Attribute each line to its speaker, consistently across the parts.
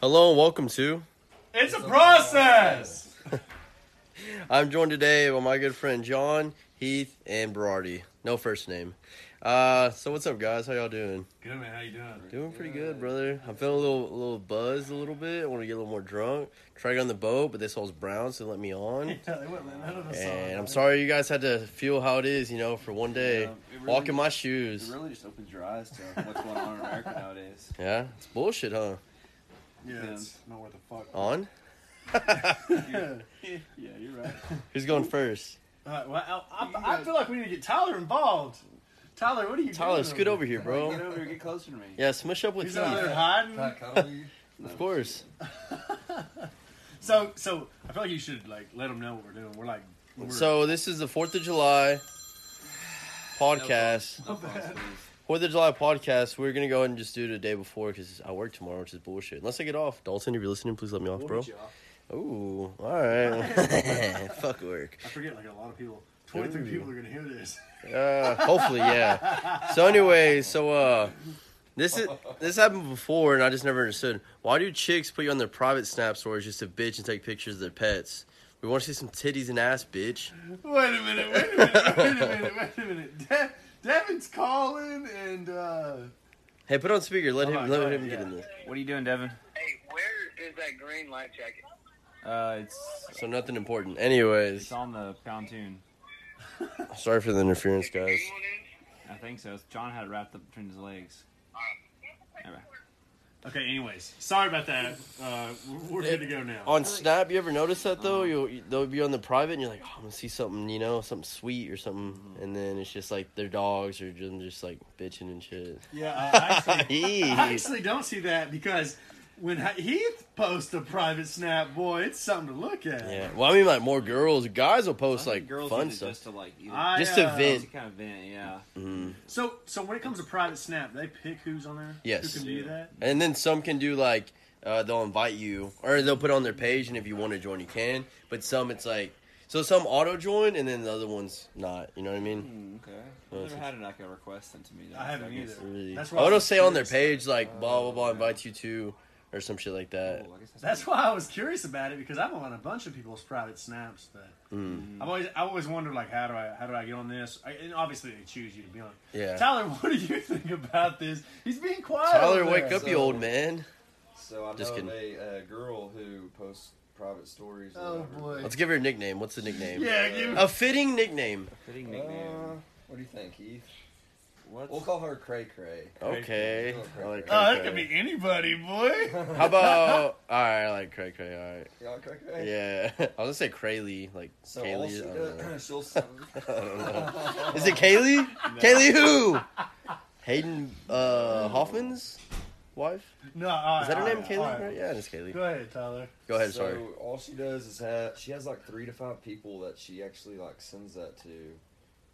Speaker 1: Hello and welcome to.
Speaker 2: It's a process.
Speaker 1: I'm joined today by my good friend John, Heath, and Berardi. No first name. Uh, so what's up, guys? How y'all doing?
Speaker 2: Good man, how you doing?
Speaker 1: Doing pretty good, brother. I'm feeling a little, a little buzzed a little bit. I want to get a little more drunk. Try to get on the boat, but this hole's brown, so they let me on.
Speaker 2: Yeah, they wouldn't let none of us
Speaker 1: And I'm sorry you guys had to feel how it is, you know, for one day.
Speaker 3: Yeah, it really-
Speaker 1: Walk in my
Speaker 3: It
Speaker 1: shoes.
Speaker 3: really just opens your eyes to what's going on in America nowadays.
Speaker 1: Yeah, it's bullshit, huh?
Speaker 2: Yeah,
Speaker 3: Yeah.
Speaker 2: it's not where the fuck.
Speaker 1: On?
Speaker 3: yeah, you're right.
Speaker 1: Who's going first?
Speaker 2: Alright, well, I, I, I feel like we need to get Tyler involved. Tyler, what are you
Speaker 1: Tyler,
Speaker 2: doing?
Speaker 1: scoot over here,
Speaker 3: Get
Speaker 1: bro.
Speaker 3: over here, get closer to me.
Speaker 1: Yeah, smush up with
Speaker 2: He's out there
Speaker 1: Heath.
Speaker 2: hiding.
Speaker 1: Of course.
Speaker 2: So, so I feel like you should like let them know what we're doing. We're like, we're,
Speaker 1: So this is the Fourth of July podcast.
Speaker 3: No pause, please.
Speaker 1: Fourth of July podcast. We're gonna go ahead and just do it the day before because I work tomorrow, which is bullshit. Unless I get off. Dalton, if you're listening, please let me off,
Speaker 2: we'll
Speaker 1: bro.
Speaker 2: get you off.
Speaker 1: Ooh, all right. Fuck work.
Speaker 2: I forget like a lot of people. Twenty three
Speaker 1: Ooh.
Speaker 2: people are gonna hear this.
Speaker 1: Uh, hopefully, yeah. So anyway, so uh, this is this happened before, and I just never understood. Why do chicks put you on their private snap stories just to bitch and take pictures of their pets? We want to see some titties and ass, bitch.
Speaker 2: Wait a minute! Wait a minute! Wait a minute! Wait a minute! De- Devin's calling, and uh,
Speaker 1: Hey, put on speaker. Let
Speaker 2: Alright,
Speaker 1: him let
Speaker 2: alright,
Speaker 1: him get
Speaker 2: Oh yeah.
Speaker 1: in there.
Speaker 3: What are you doing, Devin?
Speaker 4: Hey, where is that green life jacket?
Speaker 3: Uh, it's
Speaker 1: So nothing important. Anyways,
Speaker 3: it's on the pontoon.
Speaker 1: sorry for the interference,
Speaker 4: Is the
Speaker 1: guys.
Speaker 4: green one in?
Speaker 3: I think so. John had it wrapped up between his legs. Anyway.
Speaker 2: okay. Anyways, sorry about that. Uh, we're- we're good to go now.
Speaker 1: On Snap, you ever notice that though? You'll you- they'll be on the private, and you're like, oh, I'm gonna see something, you know, something sweet or something,
Speaker 3: Mm-hmm.
Speaker 1: and then it's just like their dogs are just, just like bitching and shit.
Speaker 2: Yeah, uh, actually, I
Speaker 1: Jeez.
Speaker 2: actually don't see that because when H- Heath posts a private snap, boy, it's something to look at.
Speaker 1: yeah. Well, I mean, like more girls, guys will
Speaker 3: I
Speaker 1: post
Speaker 3: think
Speaker 1: like
Speaker 3: girls
Speaker 1: fun
Speaker 3: use it
Speaker 1: stuff.
Speaker 3: Just to like either,
Speaker 2: I,
Speaker 1: Just to
Speaker 2: uh,
Speaker 1: vent.
Speaker 3: just to kind of vent, yeah.
Speaker 2: So, so when it comes to private snap, they pick who's on there.
Speaker 1: Yes.
Speaker 2: who can do that?
Speaker 1: And then some can do like uh, they'll invite you, or they'll put it on their page, and if you want to join, you can. But some it's like so some auto join, and then the other ones not. You know what I mean?
Speaker 3: Mm, okay.
Speaker 1: Hmm, Well,
Speaker 3: I've
Speaker 1: it's-
Speaker 3: never had like a request sent to me. though,
Speaker 2: I haven't
Speaker 3: so guess-
Speaker 2: either.
Speaker 1: Really.
Speaker 2: That's why
Speaker 1: oh,
Speaker 2: I
Speaker 1: it'll
Speaker 2: was
Speaker 1: say on their
Speaker 2: curious.
Speaker 1: page like blah blah blah
Speaker 3: yeah.
Speaker 1: invites you to, or some shit like that.
Speaker 3: Oh, I guess that's
Speaker 2: That's why I was curious about it because I'm on a bunch of people's private snaps that
Speaker 1: Mm.
Speaker 2: I've always I always wondered like how do I how do I get on this? I, and obviously they choose you to be on.
Speaker 1: Yeah.
Speaker 2: Tyler, what do you think about this? He's being quiet.
Speaker 1: Tyler,
Speaker 2: over
Speaker 1: wake
Speaker 2: there.
Speaker 1: up, you
Speaker 5: So-
Speaker 1: old man.
Speaker 5: So I
Speaker 1: Just
Speaker 5: know
Speaker 1: kidding.
Speaker 5: a uh, girl who posts private stories. or
Speaker 2: Oh
Speaker 5: whatever.
Speaker 2: boy.
Speaker 1: Let's give her a nickname. What's the nickname?
Speaker 2: Yeah, give him
Speaker 1: A fitting nickname.
Speaker 3: a fitting
Speaker 5: Uh,
Speaker 3: nickname.
Speaker 5: what do you think, Keith?
Speaker 3: What's
Speaker 5: We'll call her Cray Cray.
Speaker 1: Oh. Okay.
Speaker 5: Cray
Speaker 1: I like
Speaker 5: Cray.
Speaker 1: Cray
Speaker 2: Oh, that could
Speaker 1: Cray.
Speaker 2: be anybody, boy.
Speaker 1: How about? All right, I like Cray Cray. All right.
Speaker 5: Y'all Cray Cray?
Speaker 1: Yeah, I was gonna say Crayley, like
Speaker 5: So all she
Speaker 1: Kaylee. I don't know.
Speaker 5: does, she'll.
Speaker 1: I don't know. Is it Kaylee? Kaylee who? Hayden uh, Hoffman's wife?
Speaker 2: No, all right,
Speaker 1: Is that her
Speaker 2: all
Speaker 1: name,
Speaker 2: right,
Speaker 1: Kaylee?
Speaker 2: all right.
Speaker 1: Right? Yeah, it's Kaylee.
Speaker 2: Go ahead, Tyler.
Speaker 1: Go ahead.
Speaker 5: so
Speaker 1: Sorry.
Speaker 5: all she does is have she has like three to five people that she actually like sends that to,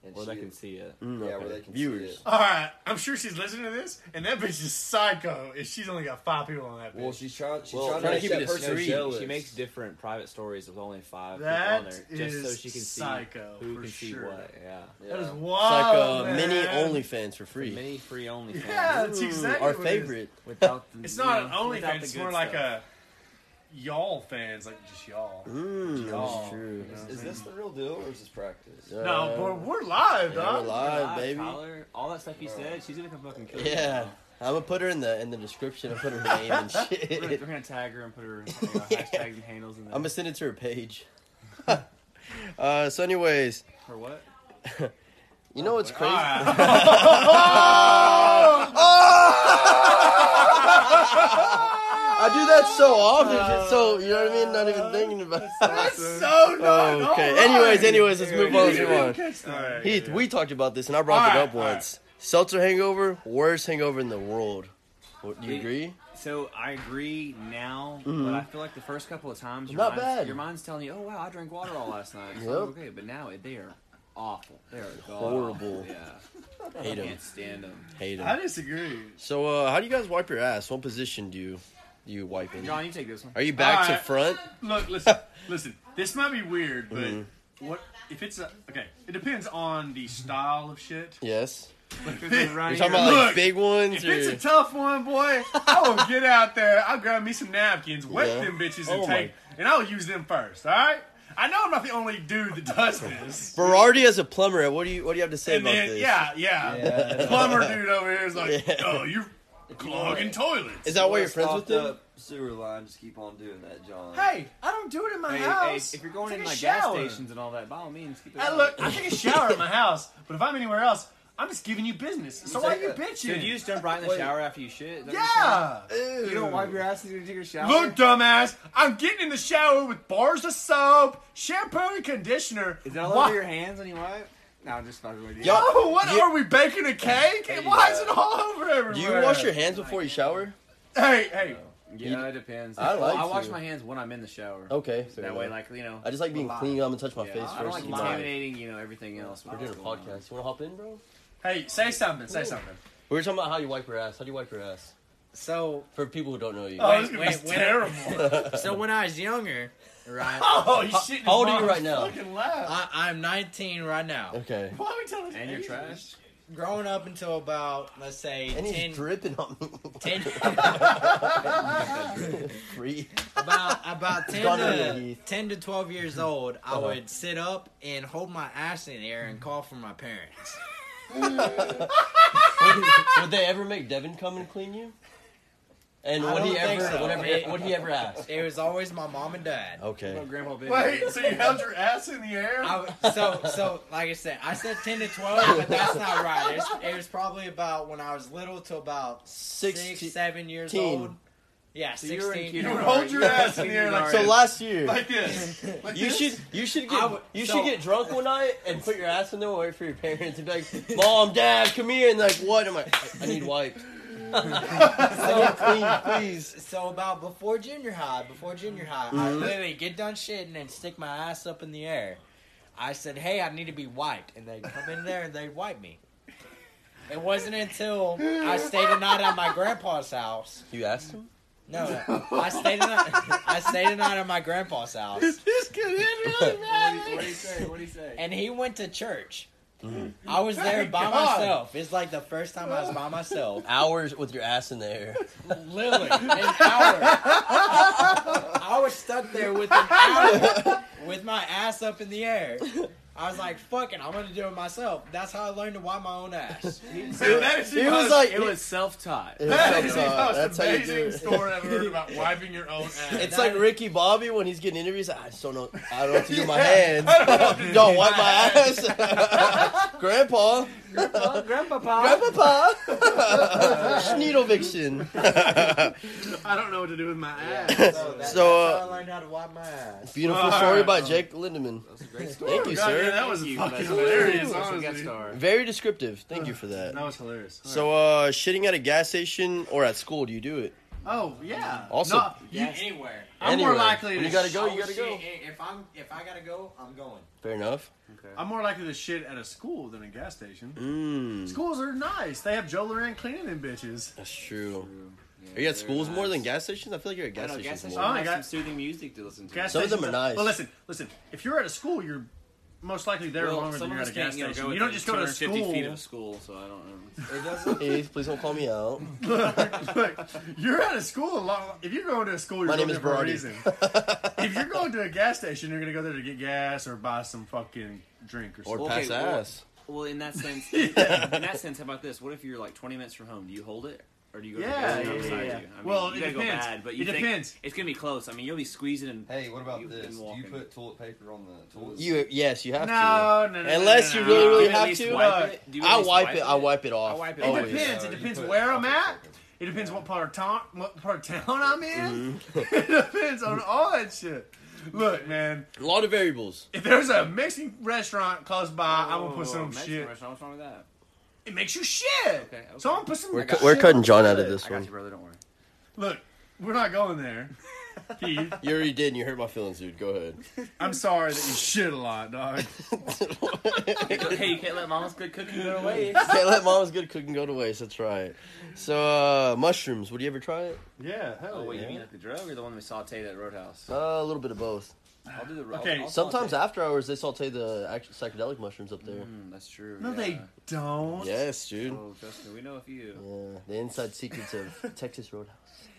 Speaker 5: and
Speaker 3: Where
Speaker 5: she
Speaker 3: they can see it.
Speaker 1: Mm,
Speaker 5: yeah,
Speaker 1: okay.
Speaker 5: where they can see
Speaker 1: Viewers.
Speaker 5: it.
Speaker 2: All right, I'm sure she's listening to this, and that bitch is psycho. If she's only got five people on that bitch,
Speaker 5: Well, she's trying. She's
Speaker 3: Well,
Speaker 5: trying,
Speaker 1: trying to
Speaker 5: to
Speaker 1: keep
Speaker 5: make
Speaker 1: it
Speaker 5: that
Speaker 1: a
Speaker 5: person
Speaker 1: streak.
Speaker 5: jealous.
Speaker 3: She makes different private stories with only five
Speaker 2: That
Speaker 3: people on there, just so
Speaker 2: is
Speaker 3: she can see
Speaker 2: psycho,
Speaker 3: who
Speaker 2: for
Speaker 3: can see
Speaker 2: sure.
Speaker 3: what. Yeah.
Speaker 5: Yeah.
Speaker 2: that is
Speaker 1: It's like uh,
Speaker 2: wild.
Speaker 1: mini
Speaker 2: oh, man.
Speaker 1: OnlyFans for free.
Speaker 3: Mini free only.
Speaker 2: Yeah, that's
Speaker 1: Ooh,
Speaker 2: exactly
Speaker 1: our
Speaker 2: what it is.
Speaker 1: favorite.
Speaker 3: Without the,
Speaker 2: It's not
Speaker 3: you
Speaker 2: an
Speaker 3: know, without
Speaker 2: OnlyFans.
Speaker 3: the
Speaker 2: It's
Speaker 3: good
Speaker 2: more like
Speaker 3: stuff.
Speaker 2: a y'all fans, like just y'all.
Speaker 1: Mm,
Speaker 2: Y'all.
Speaker 1: that's true.
Speaker 2: You know?
Speaker 5: Is this the real deal or is this practice?
Speaker 2: No,
Speaker 1: Uh,
Speaker 2: we're, we're live,
Speaker 1: yeah, we're
Speaker 2: dog.
Speaker 1: live.
Speaker 3: God,
Speaker 1: baby.
Speaker 3: Tyler, all that stuff you said, she's gonna come fucking kill you.
Speaker 1: Yeah, I'm gonna put her in the in the description. I put her name and
Speaker 3: We're gonna,
Speaker 1: shit.
Speaker 3: we're gonna tag her and put her you know, hashtags and handles in there.
Speaker 1: I'm gonna send it to her page. uh, so, anyways,
Speaker 3: For what?
Speaker 1: you know
Speaker 2: Ah.
Speaker 1: what's crazy? I do that so often, just so you know what I mean. Not even thinking about. it.
Speaker 2: That's so not
Speaker 1: Oh, okay.
Speaker 2: all right.
Speaker 1: Anyways, anyways, let's move on. Let's
Speaker 2: You
Speaker 1: move
Speaker 2: didn't
Speaker 1: on.
Speaker 2: catch that.
Speaker 1: Heath, we talked about this, and I brought it
Speaker 2: Alright,
Speaker 1: up once. Seltzer hangover, worst hangover in the world. What, do you
Speaker 3: It-
Speaker 1: agree?
Speaker 3: So I agree now, but I feel like the first couple of times your
Speaker 1: Not
Speaker 3: mind's,
Speaker 1: bad.
Speaker 3: Your mind's telling you, "Oh wow, I drank water all last night." So
Speaker 1: Yep.
Speaker 3: I'm okay, but now they are awful. They are
Speaker 1: Horrible.
Speaker 3: god-awful. Yeah,
Speaker 1: Hate him.
Speaker 3: can't stand them.
Speaker 1: Hate
Speaker 2: I
Speaker 1: him.
Speaker 2: disagree.
Speaker 1: So, uh, how do you guys wipe your ass? What position do you do you wipe in?
Speaker 3: John, uh, you take this one.
Speaker 1: Are you back to
Speaker 2: Alright.
Speaker 1: front?
Speaker 2: Look, listen, listen. This might be
Speaker 1: Mm-hmm.
Speaker 2: weird, but what if it's a okay? It depends on the style of shit.
Speaker 1: Yes.
Speaker 3: You're
Speaker 1: You're talking about
Speaker 2: Look,
Speaker 1: like big ones
Speaker 2: If
Speaker 1: or
Speaker 2: it's a tough one, boy, I will get out there. I'll grab me some napkins, wet
Speaker 1: Yeah.
Speaker 2: them bitches, and
Speaker 6: Oh my-
Speaker 2: take, and I'll use them first. All right. I know I'm not the only dude that does this.
Speaker 1: Berardi as a plumber. What do you what do you have to say
Speaker 2: And
Speaker 1: about
Speaker 2: then,
Speaker 1: this?
Speaker 2: yeah, yeah,
Speaker 5: Yeah.
Speaker 2: plumber dude over here is like,
Speaker 1: Yeah.
Speaker 2: oh, you're clogging toilets.
Speaker 1: Is that why you're friends with them?
Speaker 5: Up sewer line, just keep on doing that, John.
Speaker 2: Hey, I don't do it in my
Speaker 3: Hey, hey,
Speaker 2: house.
Speaker 3: if you're going
Speaker 2: Take
Speaker 3: in
Speaker 2: a
Speaker 3: like
Speaker 2: shower.
Speaker 3: gas uh, stations and all that, by all means, keep it.
Speaker 2: I
Speaker 3: up.
Speaker 2: look, I take a shower at my house, but if I'm anywhere else, I'm just giving you business. So why are
Speaker 5: take
Speaker 2: you
Speaker 5: a-
Speaker 2: bitching?
Speaker 3: Dude, you just jump right in the
Speaker 5: Wait.
Speaker 3: shower after you shit. Is that what you're
Speaker 2: yeah.
Speaker 3: saying? You don't wipe your ass as you take a shower.
Speaker 2: Look, dumbass, I'm getting in the shower with bars of soap, shampoo, and conditioner.
Speaker 3: is it all
Speaker 2: Why-
Speaker 3: over your hands when you wipe? No, I'm just fucking with you.
Speaker 1: Y'all-
Speaker 2: Oh, what
Speaker 1: You-
Speaker 2: are we baking a cake?
Speaker 5: Hey,
Speaker 2: Why
Speaker 5: uh,
Speaker 2: is it all over everywhere?
Speaker 1: Do you wash your hands before you shower?
Speaker 2: Hey, hey,
Speaker 3: Yeah, it depends.
Speaker 1: I like
Speaker 3: Well, I wash
Speaker 1: to.
Speaker 3: my hands when I'm in the shower.
Speaker 1: Okay. fair
Speaker 3: That way,
Speaker 1: enough.
Speaker 3: like you know,
Speaker 1: I just like being
Speaker 2: Relax.
Speaker 1: clean. I'm gonna touch my
Speaker 3: yeah,
Speaker 1: face
Speaker 3: I don't
Speaker 1: first.
Speaker 3: like
Speaker 1: you mind?
Speaker 3: contaminating, you know, everything else.
Speaker 1: We're doing a podcast. You wanna hop in, bro?
Speaker 2: hey! Say something. Say something.
Speaker 1: We were talking about how you wipe your ass. How do you wipe your ass?
Speaker 7: So,
Speaker 1: For people who don't know you.
Speaker 2: Oh, this is
Speaker 7: Wait,
Speaker 2: gonna be
Speaker 7: wait, wait.
Speaker 2: terrible.
Speaker 7: so when I was younger, right?
Speaker 2: oh, you shit! in
Speaker 1: How old
Speaker 2: his
Speaker 1: are you
Speaker 2: mouth.
Speaker 1: right now?
Speaker 2: Fucking loud.
Speaker 7: I, I'm 19 right now.
Speaker 1: okay.
Speaker 2: Why are we telling?
Speaker 3: And you're
Speaker 2: ages?
Speaker 3: trash.
Speaker 7: Growing up until about, let's say,
Speaker 1: And
Speaker 7: 10,
Speaker 1: he's dripping on me.
Speaker 7: 10
Speaker 1: Free.
Speaker 7: about about 10
Speaker 1: gone under the
Speaker 7: to,
Speaker 1: heath.
Speaker 7: 10 to 12 years old, I
Speaker 1: Uh-huh.
Speaker 7: would sit up and hold my ass in the air and call for my parents.
Speaker 1: would, would they ever make Devin come and clean you? And
Speaker 7: I
Speaker 1: would he
Speaker 7: don't think
Speaker 1: ever?
Speaker 7: so.
Speaker 1: Whatever. Would he ever ask?
Speaker 7: It was always my mom and dad.
Speaker 1: Okay.
Speaker 3: Well, Grandpa Big.
Speaker 2: Wait, so you held your ass in the air?
Speaker 7: I, w- so, so like I said, I said 10 to 12, but that's not right. It's, it was probably about when I was little to about six,
Speaker 1: Sixteen.
Speaker 7: seven years old. Yeah,
Speaker 3: So you were in
Speaker 7: 16.
Speaker 3: kindergarten.
Speaker 2: you would hold your ass in the air like,
Speaker 1: So last year,
Speaker 2: like this. Like
Speaker 1: you
Speaker 2: this.
Speaker 1: should you should
Speaker 7: I
Speaker 1: get
Speaker 7: would-
Speaker 1: you
Speaker 7: so-
Speaker 1: should get drunk one night and put your ass in there and wait for your parents and be like, "Mom, Dad, come here." And they're like, "What?" I'm like, "I, I need wipes. I need clean, please." Mm-hmm.
Speaker 7: So about before junior high, before junior high, I literally get done shitting and stick my ass up in the air. I said, "Hey, I need to be wiped," and they'd come in there and they'd wipe me. It wasn't until I stayed a night at my grandpa's house.
Speaker 1: You asked him.
Speaker 7: No, I stayed a night. I stayed a night at my grandpa's house,
Speaker 2: This could end really
Speaker 3: What do you
Speaker 2: bad.
Speaker 3: say? What do you say?
Speaker 7: and he went to church.
Speaker 1: Mm-hmm.
Speaker 7: I was there
Speaker 2: Thank
Speaker 7: by
Speaker 2: God.
Speaker 7: myself. It's like the first time I was by myself.
Speaker 1: Hours with your ass in the air.
Speaker 7: Literally, an hour. I was stuck there with an hour with my ass up in the air. I was like, fuck it, I'm gonna do it myself. That's how I learned to wipe my own ass.
Speaker 2: Dude, that is the
Speaker 1: He was
Speaker 2: most-
Speaker 1: like,
Speaker 3: It was self-taught.
Speaker 1: It was
Speaker 2: That is
Speaker 1: so
Speaker 2: the
Speaker 1: tough.
Speaker 2: most
Speaker 1: uh, how you do
Speaker 2: amazing
Speaker 1: it.
Speaker 2: story I've ever heard about wiping your own ass.
Speaker 1: It's
Speaker 7: That
Speaker 1: like
Speaker 7: is-
Speaker 1: Ricky Bobby when he's getting interviews. I just don't know. I don't know what to do with my
Speaker 2: Yeah,
Speaker 1: hands.
Speaker 2: I don't know what to do
Speaker 1: don't
Speaker 2: with
Speaker 1: wipe
Speaker 2: my
Speaker 1: my ass. Grandpa,
Speaker 3: Grandpa, Grandpa.
Speaker 1: Grandpa, Schneedelviction.
Speaker 2: I don't know what to do with my ass.
Speaker 7: So, that,
Speaker 1: So,
Speaker 7: that's
Speaker 1: uh,
Speaker 7: how I learned how to wipe my ass.
Speaker 1: Beautiful
Speaker 2: All
Speaker 1: story
Speaker 2: right,
Speaker 1: by
Speaker 2: well.
Speaker 1: Jake Lindemann.
Speaker 3: That's a great story.
Speaker 1: Thank you,
Speaker 2: God, yeah,
Speaker 1: sir.
Speaker 2: that was
Speaker 3: Thank you.
Speaker 2: fucking
Speaker 3: That's hilarious.
Speaker 2: hilarious.
Speaker 3: That's a guest
Speaker 2: honestly.
Speaker 3: star.
Speaker 1: Very descriptive. Thank you for that.
Speaker 2: That was hilarious. All
Speaker 1: So, uh, shitting at a gas station or at school, do you do it?
Speaker 2: right. oh yeah.
Speaker 1: Also-
Speaker 2: No, you-
Speaker 7: anywhere.
Speaker 2: I'm
Speaker 1: Anywhere.
Speaker 2: more likely
Speaker 1: When
Speaker 2: to
Speaker 1: you gotta
Speaker 2: sh-
Speaker 1: go, you gotta go.
Speaker 7: Oh, If I'm if I gotta go, I'm going.
Speaker 1: Fair enough.
Speaker 2: I'm more likely to shit at a school than a gas station.
Speaker 1: Mmm.
Speaker 2: Schools are nice. They have Joe Loran cleaning them bitches.
Speaker 1: That's true.
Speaker 3: Yeah,
Speaker 1: Are you
Speaker 3: very
Speaker 1: at schools more
Speaker 3: nice.
Speaker 1: than gas stations? I feel like you're at
Speaker 3: I
Speaker 1: gas
Speaker 3: know, gas
Speaker 1: stations
Speaker 3: stations
Speaker 1: more.
Speaker 2: Oh, I
Speaker 3: have
Speaker 2: got-
Speaker 3: some soothing music to listen to.
Speaker 2: Gas
Speaker 1: Some of them
Speaker 2: stations-
Speaker 1: are nice.
Speaker 2: Well, listen, listen. If you're at a school, you're most likely there
Speaker 3: Well,
Speaker 2: longer than
Speaker 3: some
Speaker 2: you're at
Speaker 3: of
Speaker 2: a
Speaker 3: us
Speaker 2: gas
Speaker 3: can't, you know,
Speaker 2: station.
Speaker 3: go
Speaker 2: you don't
Speaker 3: within
Speaker 2: just go to
Speaker 3: 250
Speaker 2: school.
Speaker 3: feet of school, so I don't know.
Speaker 7: It doesn't
Speaker 1: Please, please don't call me out.
Speaker 2: look, look, you're at a school a lot. If you're going to a school, you're
Speaker 1: My
Speaker 2: going
Speaker 1: name is
Speaker 2: there for a
Speaker 1: Brody.
Speaker 2: reason. if you're going to a gas station, you're going to go there to get gas or buy some fucking drink or
Speaker 1: Or
Speaker 2: something.
Speaker 3: Okay,
Speaker 1: pass
Speaker 3: well-
Speaker 1: ass.
Speaker 3: Well, in that sense, in that sense, how about this? What if you're like 20 minutes from home? Do you hold it, or do you go?
Speaker 2: Yeah,
Speaker 3: to the
Speaker 2: yeah,
Speaker 3: gas station
Speaker 2: yeah,
Speaker 3: beside
Speaker 2: yeah.
Speaker 3: You? I mean,
Speaker 2: Well,
Speaker 3: you
Speaker 2: it
Speaker 3: gotta
Speaker 2: depends.
Speaker 3: Go bad, but
Speaker 2: It
Speaker 3: you think
Speaker 2: depends.
Speaker 3: It's gonna be close. I mean, you'll be squeezing and.
Speaker 5: Hey, what about
Speaker 3: You- and
Speaker 5: this? Do you
Speaker 3: walking.
Speaker 5: put toilet paper on the toilet?
Speaker 1: You, yes, you have to.
Speaker 2: No, no, no, no.
Speaker 1: Unless
Speaker 2: no,
Speaker 1: you
Speaker 2: no,
Speaker 1: really,
Speaker 2: no.
Speaker 3: Do
Speaker 1: really
Speaker 3: at
Speaker 1: have
Speaker 3: least
Speaker 1: to?
Speaker 3: Wipe it? Do you at
Speaker 1: I
Speaker 3: least
Speaker 1: wipe it. Oh, I wipe it off.
Speaker 3: I wipe it
Speaker 2: It
Speaker 3: off.
Speaker 1: Always.
Speaker 2: depends.
Speaker 5: Yeah,
Speaker 2: It
Speaker 5: you
Speaker 2: depends
Speaker 5: put
Speaker 2: where I'm
Speaker 5: toilet
Speaker 2: at.
Speaker 5: paper.
Speaker 2: It depends what part of town, what part of town I'm in.
Speaker 1: Mm-hmm.
Speaker 2: it depends on all that shit. Look, man,
Speaker 1: A lot of variables.
Speaker 2: if there's a Mexican restaurant close by, I'm gonna
Speaker 3: Oh,
Speaker 2: put some
Speaker 3: Mexican
Speaker 2: shit.
Speaker 3: restaurant, What's wrong with that?
Speaker 2: It makes you shit.
Speaker 3: Okay, okay.
Speaker 2: So I'm gonna put some.
Speaker 1: We're,
Speaker 2: shit
Speaker 1: cu- we're cutting John out of
Speaker 2: on it.
Speaker 1: this
Speaker 3: I got
Speaker 1: one.
Speaker 3: you, brother. Don't worry.
Speaker 2: Look, we're not going there. Keith,
Speaker 1: You already did, and you hurt my feelings, dude. Go ahead.
Speaker 2: I'm sorry that you shit a lot, dog.
Speaker 3: hey, you can't let mama's good cooking go away.
Speaker 1: Can't let mom's good cooking go to waste. That's right. So uh, mushrooms. Would you ever try it?
Speaker 2: Yeah, hell
Speaker 3: Oh, wait,
Speaker 2: yeah.
Speaker 3: you mean like the drug or the one we sauteed at Roadhouse?
Speaker 1: Uh, a little bit of both.
Speaker 3: I'll do the I'll-
Speaker 2: Okay,
Speaker 3: I'll
Speaker 1: Sometimes
Speaker 3: saute.
Speaker 1: after hours, they saute the actual psychedelic mushrooms up there.
Speaker 3: Mm, that's true.
Speaker 2: No,
Speaker 3: yeah.
Speaker 2: they don't.
Speaker 1: Yes, dude.
Speaker 3: Oh, trust me, we know a few.
Speaker 1: Yeah, the inside secrets of Texas Roadhouse.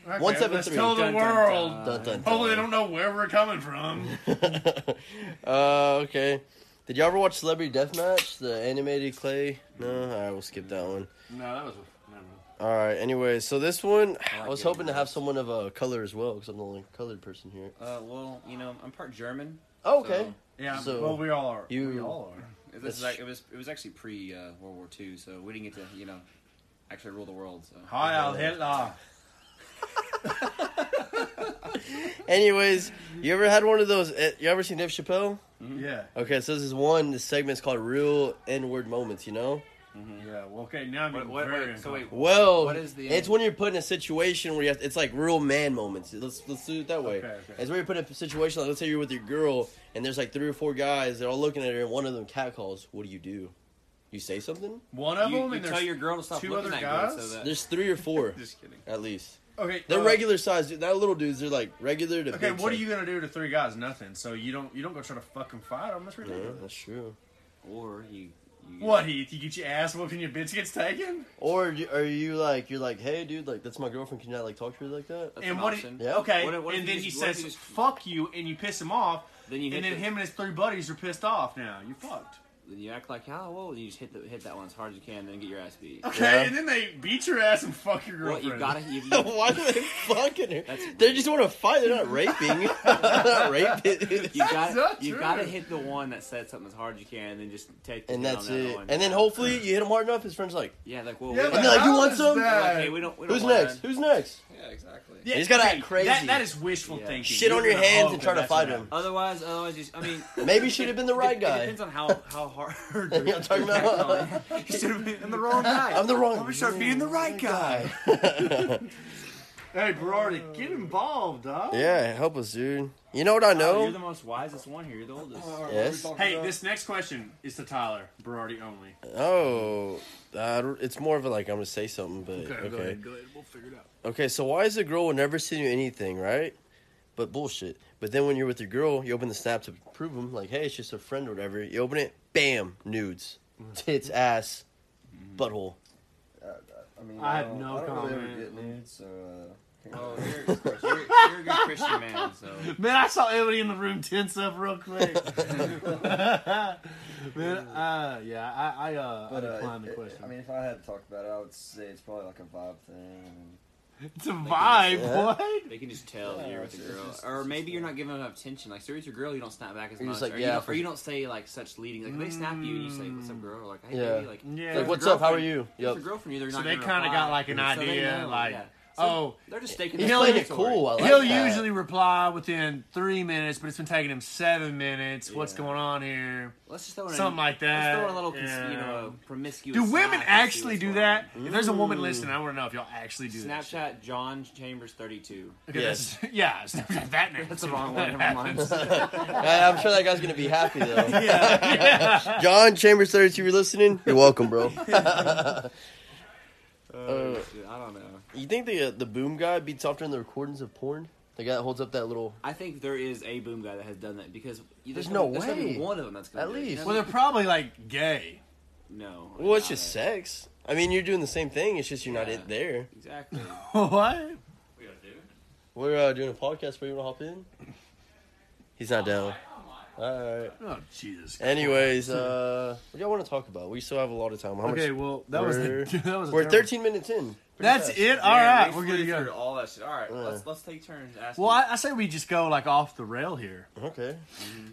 Speaker 2: Okay,
Speaker 1: 173.
Speaker 2: let's tell the
Speaker 3: Dun, dun,
Speaker 2: world.
Speaker 3: dun.
Speaker 1: Dun, dun,
Speaker 2: Hopefully, they
Speaker 1: dun.
Speaker 2: don't know where we're coming from.
Speaker 1: uh, okay. Did y'all ever watch Celebrity Deathmatch, the animated clay? No, I will skip that one.
Speaker 2: no, that was. Never.
Speaker 1: All right. Anyway, so this one,
Speaker 3: I
Speaker 1: I
Speaker 3: like
Speaker 1: was
Speaker 3: getting
Speaker 1: hoping to have
Speaker 3: those.
Speaker 1: someone of a color as well, because I'm the only colored person here.
Speaker 3: Uh, well, you know, I'm part German.
Speaker 1: Oh, okay.
Speaker 3: So-
Speaker 2: Yeah,
Speaker 1: So,
Speaker 2: well, we all are.
Speaker 1: you-
Speaker 2: we all are.
Speaker 3: This
Speaker 1: That's
Speaker 3: is like,
Speaker 1: tr-
Speaker 3: it was it was actually pre uh, World War II, so we didn't get to you know actually rule the world. So.
Speaker 2: Heil Hitler.
Speaker 1: Anyways, you ever had one of those? eh, You ever seen Dave Chappelle?
Speaker 3: Hmm?
Speaker 2: Yeah,
Speaker 1: Okay, so this is one. This segment's called "Real N-Word Moments." You know,
Speaker 2: yeah. Well, okay, now I'm
Speaker 3: Hmm. Wait,
Speaker 2: getting
Speaker 3: wait,
Speaker 2: very
Speaker 3: wait, so wait,
Speaker 1: well,
Speaker 3: What is the
Speaker 1: it's
Speaker 3: N-
Speaker 1: when you're put in a situation where you have. it's like real man moments. Let's let's do it that way.
Speaker 2: Okay, okay.
Speaker 1: It's where you're put in a situation like let's say you're with your girl and there's like three or four guys. They're all looking at her and one of them catcalls. What do you do? You say something?
Speaker 2: One of
Speaker 3: you,
Speaker 2: them,
Speaker 3: you
Speaker 2: and
Speaker 3: tell
Speaker 2: there's
Speaker 3: your girl to stop
Speaker 2: two
Speaker 3: looking
Speaker 2: other
Speaker 3: at guys?
Speaker 2: guys?
Speaker 3: so that
Speaker 1: There's three or four
Speaker 3: just kidding.
Speaker 1: at least.
Speaker 2: okay.
Speaker 1: They're
Speaker 2: uh,
Speaker 1: regular size. dude. That little dudes. They're like regular to.
Speaker 2: Okay,
Speaker 1: big
Speaker 2: what are
Speaker 1: size.
Speaker 2: you gonna do to three guys? Nothing. So you don't you don't go try to fucking fight them. That's
Speaker 1: Yeah,
Speaker 2: ridiculous.
Speaker 1: that's true.
Speaker 3: Or you, you
Speaker 2: What Heath? You get your ass whooped and your bitch gets taken.
Speaker 1: Or do- are you like you're like, hey, dude, like that's my girlfriend. Can I like talk to her like that?
Speaker 3: That's
Speaker 2: and
Speaker 3: an
Speaker 2: what?
Speaker 3: option.
Speaker 1: Yeah.
Speaker 2: Okay,
Speaker 3: What if- what if
Speaker 2: and
Speaker 3: you
Speaker 2: then he
Speaker 3: just- what if
Speaker 2: says
Speaker 3: you just-
Speaker 2: "fuck you" and you piss him off,
Speaker 3: Then you hit
Speaker 2: and then
Speaker 3: the-
Speaker 2: him and his three buddies are pissed off. Now you're fucked.
Speaker 3: Then you act like how whoa, and you just hit the, hit that one as hard as you can, and then get your ass beat.
Speaker 2: Okay,
Speaker 1: Yeah.
Speaker 2: and then they beat your ass and fuck your
Speaker 3: What
Speaker 2: girlfriend.
Speaker 3: you gotta you, you,
Speaker 1: Why are they fucking her?
Speaker 3: That's-
Speaker 1: They just want to fight. They're not raping. not raping.
Speaker 3: you
Speaker 2: That's
Speaker 3: gotta
Speaker 2: not
Speaker 3: you
Speaker 2: true.
Speaker 3: gotta hit the one that said something as hard as you can, and then just take the
Speaker 1: And
Speaker 3: hit
Speaker 1: that's
Speaker 3: on the other
Speaker 1: it.
Speaker 3: One.
Speaker 1: And then hopefully you hit him hard enough. His friend's like,
Speaker 3: yeah, like well,
Speaker 2: Yeah,
Speaker 3: wait,
Speaker 2: but
Speaker 1: And they're like, "You
Speaker 2: how
Speaker 1: want
Speaker 2: is
Speaker 1: some?"
Speaker 2: that-
Speaker 3: like, hey, we don't we don't
Speaker 1: "Who's
Speaker 3: want
Speaker 1: next?
Speaker 3: that.
Speaker 1: Who's next?"
Speaker 3: Yeah, exactly.
Speaker 2: Yeah,
Speaker 1: He's gotta
Speaker 2: okay,
Speaker 1: act crazy.
Speaker 2: That, that is wishful
Speaker 3: Yeah.
Speaker 2: thinking.
Speaker 1: Shit on your
Speaker 2: gonna
Speaker 1: hands
Speaker 2: hope
Speaker 1: and try
Speaker 2: that
Speaker 1: to
Speaker 2: that's
Speaker 1: fight
Speaker 2: what
Speaker 1: him.
Speaker 3: Otherwise, otherwise, you, I mean,
Speaker 1: Maybe should have been the right
Speaker 3: it,
Speaker 1: guy.
Speaker 3: It depends on how how hard.
Speaker 1: You know what I'm talking about?
Speaker 3: you should have been the wrong guy.
Speaker 1: I'm the wrong.
Speaker 3: I'm start being the right guy.
Speaker 2: happens. Hey, Berardi, get involved, dog.
Speaker 1: yeah, help us, dude. You know what I
Speaker 3: Oh, you're
Speaker 1: know?
Speaker 3: the most wisest one here. You're the oldest.
Speaker 1: Yes.
Speaker 2: Hey, this next question is to Tyler Berardi only.
Speaker 1: Oh, I don't- it's more of a like I'm gonna say something, but okay.
Speaker 2: go ahead. We'll figure it out.
Speaker 1: Okay, so why is a girl will never send you anything, right? But bullshit. But then when you're with your girl, you open the snap to prove them, like, hey, it's just a friend or whatever. You open it, bam, nudes,
Speaker 2: Mm-hmm.
Speaker 1: tits, ass, butthole.
Speaker 5: I mean,
Speaker 2: I
Speaker 5: I,
Speaker 2: have
Speaker 5: don't,
Speaker 2: no
Speaker 5: I don't really ever
Speaker 2: comment.
Speaker 5: get nude, so uh, can't
Speaker 3: Oh,
Speaker 5: really-
Speaker 3: you're, you're, you're a good Christian man. So
Speaker 2: Man, I saw everybody in the room tense up real quick. Man, uh, yeah, I, I, uh,
Speaker 5: but,
Speaker 2: I
Speaker 5: uh,
Speaker 2: declined
Speaker 5: it-
Speaker 2: the
Speaker 5: it-
Speaker 2: question.
Speaker 5: I mean, if I had to talk about it, I would say it's probably like a vibe thing.
Speaker 2: it's a vibe,
Speaker 1: Yeah.
Speaker 2: what?
Speaker 3: they can just tell
Speaker 5: Yeah,
Speaker 3: you're with
Speaker 5: it's-
Speaker 3: a girl,
Speaker 5: it's just-
Speaker 3: or
Speaker 5: it's
Speaker 3: maybe
Speaker 5: just
Speaker 3: you're
Speaker 5: that.
Speaker 3: not giving enough attention. Like, so you're with your girl, you don't snap back as
Speaker 1: You're
Speaker 3: much,
Speaker 1: just like,
Speaker 3: or,
Speaker 1: yeah,
Speaker 3: you don't,
Speaker 1: for Mm.
Speaker 3: or you don't say like such leading. Like, if they snap you, and you say, "What's up, girl?" Or like, "Hey,
Speaker 1: Yeah.
Speaker 3: baby," like,
Speaker 2: Yeah.
Speaker 1: Like,
Speaker 3: if
Speaker 2: There's
Speaker 3: it's a
Speaker 1: what's up? How are
Speaker 3: girlfriend-
Speaker 1: you?
Speaker 3: if
Speaker 1: Yep.
Speaker 3: It's a girlfriend. Either
Speaker 2: So
Speaker 3: not
Speaker 2: they
Speaker 3: gonna
Speaker 2: kinda
Speaker 3: reply,
Speaker 2: got, like, an
Speaker 3: so they
Speaker 2: idea,
Speaker 3: know,
Speaker 2: like,
Speaker 3: yeah. So
Speaker 2: oh,
Speaker 3: they're just taking.
Speaker 1: He's
Speaker 3: the
Speaker 1: playing it
Speaker 3: territory.
Speaker 1: cool. I like
Speaker 2: He'll
Speaker 1: that.
Speaker 2: usually reply within three minutes, but it's been taking him seven minutes. What's
Speaker 3: Yeah.
Speaker 2: going on here?
Speaker 3: Let's just throw in
Speaker 2: Something like that.
Speaker 3: Let's throw in a little, cons-
Speaker 2: Yeah.
Speaker 3: you know, promiscuous.
Speaker 2: Do women
Speaker 3: snap and see
Speaker 2: actually
Speaker 3: what's
Speaker 2: do
Speaker 3: going
Speaker 2: that?
Speaker 3: on.
Speaker 2: If there's a woman listening, I want to know if y'all actually do that. shit.
Speaker 3: Snapchat John Chambers thirty two.
Speaker 2: Okay,
Speaker 1: Yes.
Speaker 2: that's- yeah, Snapchat that name.
Speaker 3: That's the wrong one. Never mind.
Speaker 1: I, am sure that guy's gonna be happy though.
Speaker 2: yeah.
Speaker 1: John Chambers, thirty-two. You're listening. You're welcome, bro. Uh,
Speaker 3: Oh, shit, I don't know.
Speaker 1: you think the uh, the boom guy beats off during the recordings of porn? The guy that holds up that little.
Speaker 3: I think there is a boom guy that has done that because you-
Speaker 1: There's
Speaker 3: gonna-
Speaker 1: no
Speaker 3: there's gonna be
Speaker 1: way.
Speaker 3: one of them that's gonna
Speaker 1: At
Speaker 3: do it.
Speaker 1: least.
Speaker 3: You know?
Speaker 2: Well, they're probably like gay.
Speaker 3: no. I
Speaker 1: Well, it's
Speaker 3: doubt
Speaker 1: just
Speaker 3: it.
Speaker 1: sex. I mean, you're doing the same thing. It's just you're not
Speaker 3: Yeah.
Speaker 1: it there.
Speaker 3: exactly.
Speaker 2: What?
Speaker 1: We're uh, doing a podcast. Where you wanna hop in? He's not down. All right.
Speaker 2: Oh Jesus.
Speaker 1: Anyways, uh, what do y'all want to talk about? We still have a lot of time. How
Speaker 2: Okay,
Speaker 1: much?
Speaker 2: well that was
Speaker 1: We're-
Speaker 2: the, that was a
Speaker 1: We're
Speaker 2: terrible-
Speaker 1: 13 minutes in.
Speaker 2: That's
Speaker 1: fast.
Speaker 2: it. All
Speaker 3: Yeah,
Speaker 2: right,
Speaker 3: we
Speaker 2: we're good to
Speaker 3: flew
Speaker 2: go.
Speaker 3: through All that shit. All right,
Speaker 1: Yeah.
Speaker 3: let's let's take turns asking.
Speaker 2: Well, I, I say we just go like off the rail here.
Speaker 1: Okay.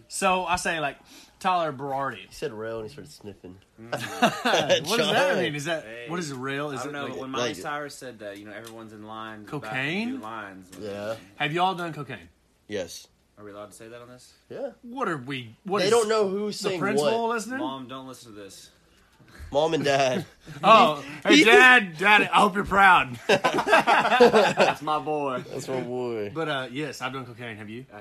Speaker 2: So I say like Tyler Berardi.
Speaker 1: He said rail and he started sniffing.
Speaker 2: what does that
Speaker 1: John.
Speaker 2: mean? Is that
Speaker 3: Hey.
Speaker 2: what is rail? Is
Speaker 3: I don't
Speaker 2: it
Speaker 3: know.
Speaker 2: like-
Speaker 3: when Miley
Speaker 1: like-
Speaker 3: Cyrus said that, you know, everyone's in line. to the bathroom
Speaker 2: Cocaine?
Speaker 3: to do lines.
Speaker 1: Yeah.
Speaker 2: have y'all done cocaine?
Speaker 1: Yes.
Speaker 3: Are we allowed to say that on this?
Speaker 1: Yeah.
Speaker 2: What are we? What
Speaker 1: they
Speaker 2: is
Speaker 1: don't know who's
Speaker 2: The
Speaker 1: saying
Speaker 2: principal
Speaker 1: what.
Speaker 2: listening.
Speaker 3: Mom, don't listen to this.
Speaker 1: mom and dad.
Speaker 2: Oh, hey, Dad, Dad, I hope you're proud.
Speaker 3: That's my boy.
Speaker 1: That's my boy.
Speaker 2: But uh, yes, I've done cocaine. Have you?
Speaker 3: Uh,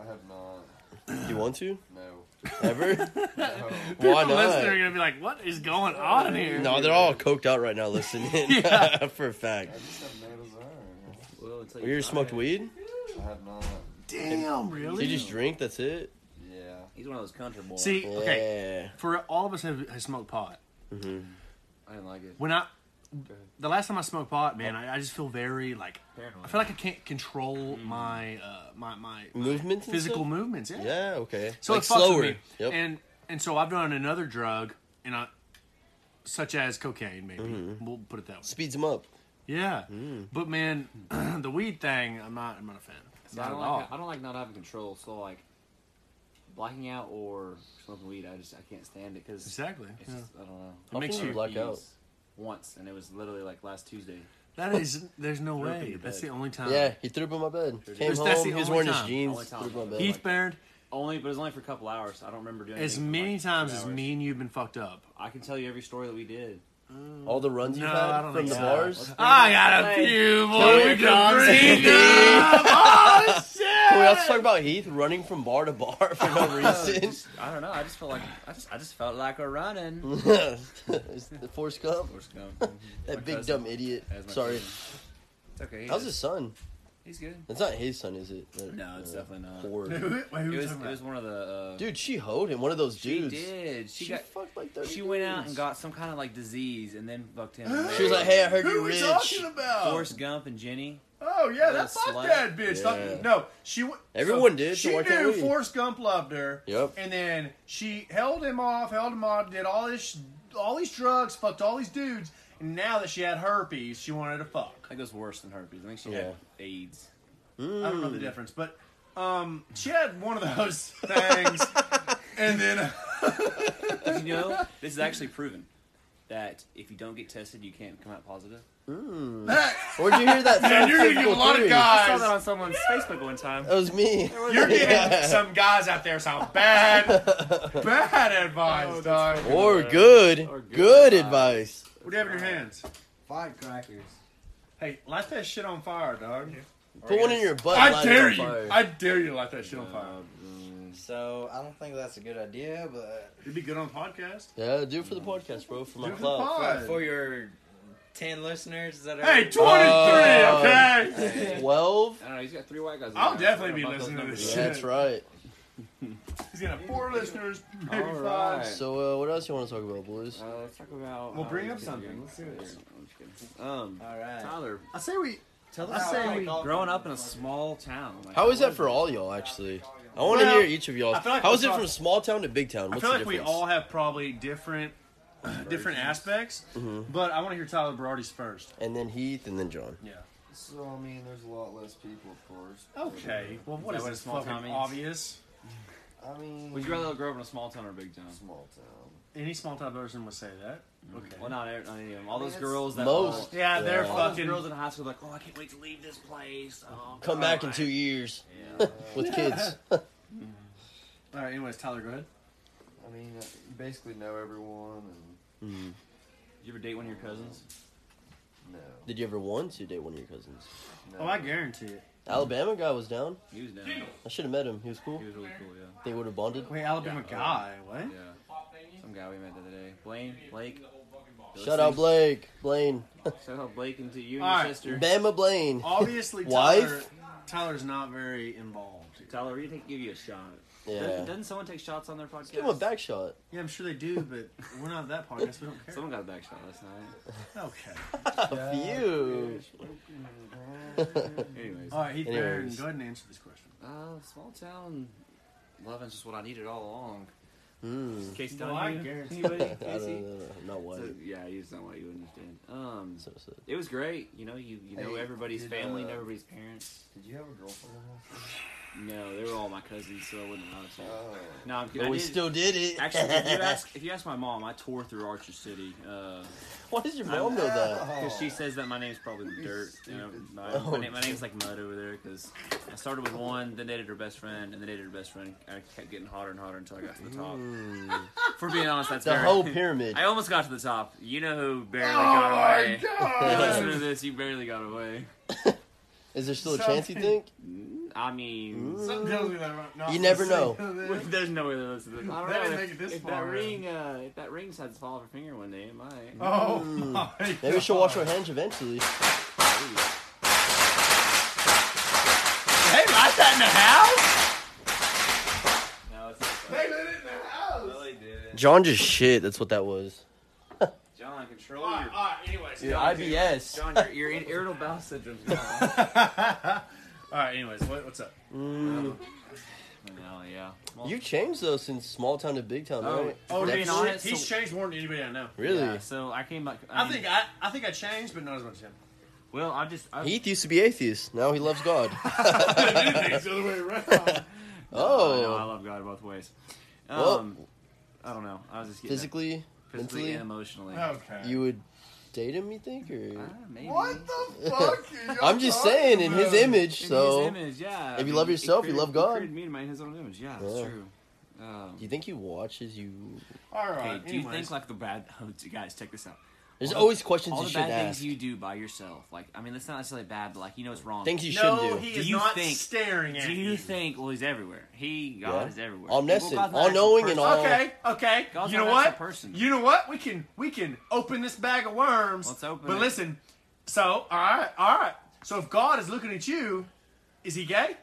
Speaker 5: I have not.
Speaker 1: You want to
Speaker 5: No.
Speaker 1: ever?
Speaker 5: No.
Speaker 1: Why
Speaker 2: People listening are
Speaker 1: not?
Speaker 2: gonna be like, "What is going on here?"
Speaker 1: No, they're all coked out right now listening. For a fact.
Speaker 5: I just have no desire.
Speaker 3: well, it's like,
Speaker 1: Well, you ever smoked weed?
Speaker 5: I have not.
Speaker 2: Damn,
Speaker 1: So
Speaker 2: really?
Speaker 1: you just drink? That's it?
Speaker 5: Yeah.
Speaker 3: He's one of those country boys.
Speaker 2: See, okay,
Speaker 1: Yeah.
Speaker 2: for all of us have, have smoked pot.
Speaker 3: I didn't like it.
Speaker 2: When I, the last time I smoked pot, man, I, I just feel very like
Speaker 3: Paranoid.
Speaker 2: I feel like I can't control
Speaker 1: Mm-hmm.
Speaker 2: my uh my my
Speaker 3: Mm-hmm.
Speaker 1: Movements. and
Speaker 2: physical
Speaker 1: stuff?
Speaker 2: movements. Yeah.
Speaker 1: Yeah. Okay.
Speaker 2: So
Speaker 1: like
Speaker 2: it fucks
Speaker 1: slower.
Speaker 2: with me.
Speaker 1: Yep.
Speaker 2: And and so I've done another drug and I such as cocaine maybe.
Speaker 1: Mm-hmm.
Speaker 2: We'll put it that way.
Speaker 1: Speeds them up.
Speaker 2: Yeah.
Speaker 1: Mm-hmm.
Speaker 2: But man, the weed thing, I'm not I'm not a fan.
Speaker 3: See,
Speaker 2: Not
Speaker 3: I
Speaker 2: at
Speaker 3: don't
Speaker 2: all.
Speaker 3: like I don't like not having control. So like blacking out or smoking weed, I just I can't stand it because
Speaker 2: Exactly.
Speaker 3: it's
Speaker 2: Yeah.
Speaker 3: just, I don't know.
Speaker 1: How
Speaker 2: makes
Speaker 1: can
Speaker 2: you
Speaker 1: black out.
Speaker 3: Once- Once and it was literally like last Tuesday.
Speaker 2: That is there's no
Speaker 3: Threw up in
Speaker 2: way.
Speaker 3: your
Speaker 2: That's
Speaker 3: bed.
Speaker 2: the only time.
Speaker 1: Yeah, he threw up on my bed. Came
Speaker 2: That's- that's
Speaker 1: home,
Speaker 2: the
Speaker 1: he was
Speaker 2: only
Speaker 1: wearing
Speaker 2: time.
Speaker 1: his jeans.
Speaker 3: Only time.
Speaker 1: Threw up on my bed.
Speaker 2: Heath Baird,
Speaker 3: Only, but it was only for a couple hours. I don't remember doing
Speaker 2: as
Speaker 3: anything for,
Speaker 2: many
Speaker 3: like,
Speaker 2: times
Speaker 3: two
Speaker 2: as
Speaker 3: hours.
Speaker 2: me and you've been fucked up.
Speaker 3: I can tell you every story that we did.
Speaker 1: All the runs
Speaker 2: No,
Speaker 1: you've
Speaker 2: I
Speaker 1: had
Speaker 2: don't
Speaker 1: from
Speaker 2: think
Speaker 1: the
Speaker 2: so.
Speaker 1: bars.
Speaker 2: I got a few more
Speaker 1: Here
Speaker 2: we can
Speaker 1: comes
Speaker 2: bring
Speaker 1: Heath.
Speaker 2: up. Oh, shit.
Speaker 1: Can we also talk about Heath running from bar to bar for no reason?
Speaker 3: Just- I don't know. I just felt like I just I just felt like a running.
Speaker 1: It's the Forrest Gump,
Speaker 3: We're just going-
Speaker 1: that
Speaker 3: My
Speaker 1: big
Speaker 3: cousin.
Speaker 1: dumb idiot.
Speaker 3: That was my
Speaker 1: Sorry,
Speaker 3: cousin. It's okay. He
Speaker 1: how's
Speaker 3: is-
Speaker 1: his son?
Speaker 3: He's good.
Speaker 1: That's not his son, is it? That-
Speaker 3: No, it's
Speaker 1: uh,
Speaker 3: definitely not.
Speaker 1: Whore.
Speaker 2: Wait, who
Speaker 3: It
Speaker 2: we
Speaker 3: was,
Speaker 2: talking
Speaker 3: it
Speaker 2: about?
Speaker 3: was one of the uh,
Speaker 1: Dude, she hoed him. One of those
Speaker 3: She
Speaker 1: dudes.
Speaker 3: did. She,
Speaker 1: She
Speaker 3: got.
Speaker 1: fucked like thirty.
Speaker 3: She went out
Speaker 1: dudes.
Speaker 3: and got some kind of like disease, and then fucked him.
Speaker 1: She was like, "Hey, uh, I heard
Speaker 2: Who
Speaker 1: you're
Speaker 2: are we
Speaker 1: rich."
Speaker 2: talking about?
Speaker 3: Forrest Gump and Jenny.
Speaker 2: Oh yeah,
Speaker 3: What
Speaker 2: that
Speaker 3: a
Speaker 2: fuck
Speaker 3: slut.
Speaker 2: that bitch. Fuck-
Speaker 1: Yeah.
Speaker 2: No, she. w-
Speaker 1: Everyone did, so
Speaker 2: She
Speaker 1: why can't
Speaker 2: knew
Speaker 1: we?
Speaker 2: Forrest Gump loved her.
Speaker 1: Yep.
Speaker 2: And then she held him off, held him off, did all this, sh- all these drugs, fucked all these dudes, and now that she had herpes, she wanted to
Speaker 3: I
Speaker 2: fuck.
Speaker 3: think it was worse than herpes. I think she had AIDS.
Speaker 2: I don't know
Speaker 1: Hmm.
Speaker 2: the difference, but um, she had one of those things, and then uh,
Speaker 3: Did you know this is actually proven that if you don't get tested, you can't come out positive.
Speaker 1: Where'd you hear that?
Speaker 2: Man, you're gonna
Speaker 1: scientific
Speaker 2: give a lot of
Speaker 1: theory?
Speaker 2: guys-
Speaker 3: I saw that on someone's Facebook one time.
Speaker 1: That was me.
Speaker 2: you're getting some guys out there sound bad, bad advice, dog.
Speaker 1: Or good,
Speaker 3: Or
Speaker 1: good,
Speaker 3: good
Speaker 1: advice.
Speaker 2: What do you have in your hands?
Speaker 7: Five crackers.
Speaker 2: Hey, light that shit on fire, dog.
Speaker 1: Put one in your butt.
Speaker 2: I
Speaker 1: light it
Speaker 2: dare
Speaker 1: on
Speaker 2: you.
Speaker 1: fire.
Speaker 2: I dare you to light that shit on
Speaker 5: uh,
Speaker 2: fire.
Speaker 7: So I don't think that's a good idea, but
Speaker 2: It'd be good on podcast.
Speaker 1: Yeah, do it for the podcast, bro. For my
Speaker 2: Do it for the
Speaker 1: club.
Speaker 2: pod.
Speaker 7: uh, for your ten listeners that are
Speaker 2: Hey, 23,
Speaker 1: Oh.
Speaker 2: okay?
Speaker 1: Twelve.
Speaker 3: I don't know. He's got three white guys. in
Speaker 2: I'll
Speaker 3: there.
Speaker 2: definitely be
Speaker 3: What about those
Speaker 2: listening to
Speaker 3: numbers?
Speaker 2: this
Speaker 1: Yeah,
Speaker 2: shit.
Speaker 1: that's right.
Speaker 2: He's gonna have four listeners, maybe
Speaker 3: All
Speaker 2: five.
Speaker 3: right.
Speaker 1: So, uh, what else you want to talk about, boys?
Speaker 3: Uh, let's talk about.
Speaker 2: Well,
Speaker 3: uh,
Speaker 2: bring up
Speaker 3: yeah,
Speaker 2: something.
Speaker 3: yeah,
Speaker 2: Let's do this.
Speaker 3: I'm just kidding. Um,
Speaker 7: All right.
Speaker 3: Tyler,
Speaker 2: I say we.
Speaker 7: Tell
Speaker 2: I
Speaker 7: us
Speaker 2: say
Speaker 7: how
Speaker 2: we-
Speaker 7: golf-
Speaker 3: growing up in a small town. Like,
Speaker 1: How is that for all y'all? Actually, I want to
Speaker 2: Well,
Speaker 1: hear each of y'all.
Speaker 2: I feel like
Speaker 1: How
Speaker 2: we're
Speaker 1: is it
Speaker 2: talking-
Speaker 1: from small town to big town?
Speaker 2: I
Speaker 1: What's
Speaker 2: feel
Speaker 1: the
Speaker 2: like we
Speaker 1: difference?
Speaker 2: all have probably different, different aspects,
Speaker 1: Mm-hmm.
Speaker 2: but I want to hear Tyler Berardi's first.
Speaker 1: And then Heath, and then John.
Speaker 2: Yeah.
Speaker 5: So I mean, there's a lot less people, of course.
Speaker 2: Okay. Well, what
Speaker 3: Is
Speaker 2: is,
Speaker 3: that what
Speaker 2: this
Speaker 3: small town
Speaker 2: fucking
Speaker 3: means?
Speaker 2: obvious?
Speaker 5: I mean,
Speaker 3: Would you rather grow up in a small town or a big town?
Speaker 5: small town?
Speaker 2: Any small town person would say that. Okay.
Speaker 3: Well, not, every, not any of them. All
Speaker 5: I mean,
Speaker 3: those
Speaker 5: it's-
Speaker 3: girls that
Speaker 1: Most.
Speaker 2: yeah, they're
Speaker 1: Yeah.
Speaker 3: All, all those
Speaker 2: fucking.
Speaker 3: girls in high school like, oh, I can't wait to leave this place.
Speaker 2: Um,
Speaker 3: Oh,
Speaker 1: Come
Speaker 3: God."
Speaker 1: back in two years
Speaker 3: Yeah.
Speaker 1: with kids.
Speaker 2: All right. Anyways, Tyler, go ahead.
Speaker 5: I mean, uh, you basically know everyone, and
Speaker 1: Hmm.
Speaker 3: Did you ever date one of your cousins?
Speaker 5: no.
Speaker 1: Did you ever want to date one of your cousins?
Speaker 5: no.
Speaker 2: Oh, I guarantee it.
Speaker 1: Alabama guy was down.
Speaker 3: He was down.
Speaker 1: I should have met him. He was cool.
Speaker 3: He was really cool, yeah.
Speaker 1: They would have bonded.
Speaker 2: Wait, Alabama guy. What?
Speaker 3: Yeah. Some guy we met the other day. Blaine, Blake.
Speaker 1: Shout out Blake, Blaine,
Speaker 3: Shout out Blake and to you and
Speaker 2: All
Speaker 3: your
Speaker 2: right.
Speaker 3: sister.
Speaker 1: Bama Blaine.
Speaker 2: Obviously,
Speaker 1: Wife?
Speaker 2: Tyler, Tyler's not very involved.
Speaker 3: Tyler, we need to give you a shot.
Speaker 1: Yeah.
Speaker 3: Doesn't, doesn't someone take shots on their podcast?
Speaker 1: Give him a back shot.
Speaker 2: Yeah, I'm sure they do, but we're not that podcast. We don't care.
Speaker 3: Someone got a back shot last night.
Speaker 2: Okay.
Speaker 1: A few.
Speaker 3: Anyways.
Speaker 2: All right, Heath Barron,
Speaker 1: Anyways.
Speaker 2: go ahead and answer this question.
Speaker 3: Uh, small town loving's just what I needed all along.
Speaker 1: Mm.
Speaker 3: Casey
Speaker 2: Well, I
Speaker 3: Donahue?
Speaker 2: guarantee-
Speaker 3: Anybody?
Speaker 1: I don't
Speaker 3: Casey?
Speaker 1: know. Not what.
Speaker 3: So, yeah, you just know why you understand. Um,
Speaker 1: So sad.
Speaker 3: it was great. You know, you, you know
Speaker 5: Hey,
Speaker 3: everybody's
Speaker 5: did,
Speaker 3: family, know
Speaker 5: uh,
Speaker 3: everybody's parents.
Speaker 5: Did you have a girlfriend?
Speaker 3: No, they were all my cousins, so I wouldn't allow it to.
Speaker 5: Oh.
Speaker 3: No, I'm kidding.
Speaker 1: uh, But
Speaker 3: I
Speaker 1: we
Speaker 3: did-
Speaker 1: still did it.
Speaker 3: Actually, if you ask if you ask my mom, I tore through Archer City because
Speaker 1: Why does your mom know that?
Speaker 3: she says that my name's probably dirt. You know, my,
Speaker 1: Oh,
Speaker 3: my, name, my name's like mud over there because I started with one, then dated her best friend, and then dated her best friend. I kept getting hotter and hotter until I got to the top. For being honest, that's
Speaker 1: The
Speaker 3: very-
Speaker 1: whole pyramid.
Speaker 3: I almost got to the top. You know who barely got
Speaker 2: my
Speaker 3: away. You Listen to
Speaker 2: god!
Speaker 3: this. You barely got away.
Speaker 1: Is there still a
Speaker 2: Something-
Speaker 1: chance you think?
Speaker 3: I mean,
Speaker 2: Something tells me that I'm not
Speaker 1: You never know.
Speaker 2: listening to this.
Speaker 3: there's no way they're listening. I don't
Speaker 2: They didn't
Speaker 3: know.
Speaker 2: Mm. make it
Speaker 3: If,
Speaker 2: this
Speaker 3: if
Speaker 2: far,
Speaker 3: that
Speaker 2: man.
Speaker 3: ring, uh, if that ring decides to fall off her finger one day, it might.
Speaker 2: Oh
Speaker 1: Mm.
Speaker 2: my
Speaker 1: Maybe
Speaker 2: God.
Speaker 1: she'll wash her hands eventually.
Speaker 3: Hey, light that in the house? No, it's
Speaker 2: They lit
Speaker 3: not.
Speaker 2: it in the house.
Speaker 3: Really did it.
Speaker 1: John just shit. That's what that was.
Speaker 3: John, control
Speaker 2: All
Speaker 3: your.
Speaker 2: right, all right, anyways.
Speaker 1: Dude,
Speaker 2: y'all do-
Speaker 1: IBS.
Speaker 3: John, your, your in- irritable bowel syndrome's gone.
Speaker 2: All right, anyways, what, what's up?
Speaker 1: Mm.
Speaker 3: no, yeah. Well,
Speaker 1: You changed though since small town to big town,
Speaker 3: Oh,
Speaker 1: right?
Speaker 3: oh,
Speaker 1: That's-
Speaker 3: being
Speaker 2: he's,
Speaker 3: honest,
Speaker 2: he's
Speaker 3: so-
Speaker 2: changed more than anybody I know.
Speaker 1: Really?
Speaker 3: Yeah, so I came back.
Speaker 2: I
Speaker 3: mean,
Speaker 2: think I, I think I changed, but not as much as him.
Speaker 3: Well, I just. I,
Speaker 1: Heath used to be atheist. Now he loves God.
Speaker 2: it's the other way around.
Speaker 3: No,
Speaker 1: oh,
Speaker 3: no, I love God both ways. Um,
Speaker 1: Well-
Speaker 3: I don't know. I was just getting
Speaker 1: physically,
Speaker 3: physically
Speaker 1: mentally,
Speaker 3: and emotionally.
Speaker 2: Okay.
Speaker 1: you would date him. You think,
Speaker 3: Ah,
Speaker 1: or
Speaker 3: maybe.
Speaker 2: what the fuck? are y'all
Speaker 1: I'm just
Speaker 2: talking
Speaker 1: saying, in his
Speaker 2: about?
Speaker 1: image.
Speaker 3: In
Speaker 1: so,
Speaker 3: his image, yeah.
Speaker 1: if you love
Speaker 3: it
Speaker 1: yourself, you
Speaker 3: created-
Speaker 1: love
Speaker 3: it
Speaker 1: God.
Speaker 3: created me to make his own image. Yeah, that's
Speaker 1: Yeah.
Speaker 3: true. Um,
Speaker 1: do you think he watches you?
Speaker 2: All
Speaker 3: okay,
Speaker 2: right.
Speaker 3: do you
Speaker 2: anyways.
Speaker 3: think like the bad? Oh, d- guys, check this out.
Speaker 1: There's
Speaker 3: All the-
Speaker 1: always questions
Speaker 3: All
Speaker 1: you
Speaker 3: the
Speaker 1: should
Speaker 3: bad
Speaker 1: ask.
Speaker 3: things you do by yourself. Like, I mean, that's not necessarily bad, but like, you know, it's wrong.
Speaker 1: Things you
Speaker 2: no,
Speaker 1: shouldn't do.
Speaker 2: he
Speaker 3: Do
Speaker 2: is
Speaker 3: you
Speaker 2: not
Speaker 3: think-
Speaker 2: staring at
Speaker 3: do you
Speaker 2: you.
Speaker 3: think? Well, he's everywhere. He God
Speaker 1: Yeah.
Speaker 3: is everywhere.
Speaker 1: Omniscient,
Speaker 3: Well, God's not
Speaker 1: all-knowing
Speaker 3: actually
Speaker 1: and
Speaker 3: a
Speaker 1: all-
Speaker 2: Okay, okay.
Speaker 3: God's
Speaker 2: you
Speaker 3: not
Speaker 2: know
Speaker 3: an
Speaker 2: what?
Speaker 3: actual person.
Speaker 2: You know what? We can we can open this bag of worms.
Speaker 3: Let's open
Speaker 2: But
Speaker 3: it.
Speaker 2: listen, so all right, all right. So if God is looking at you, is he gay?
Speaker 3: person.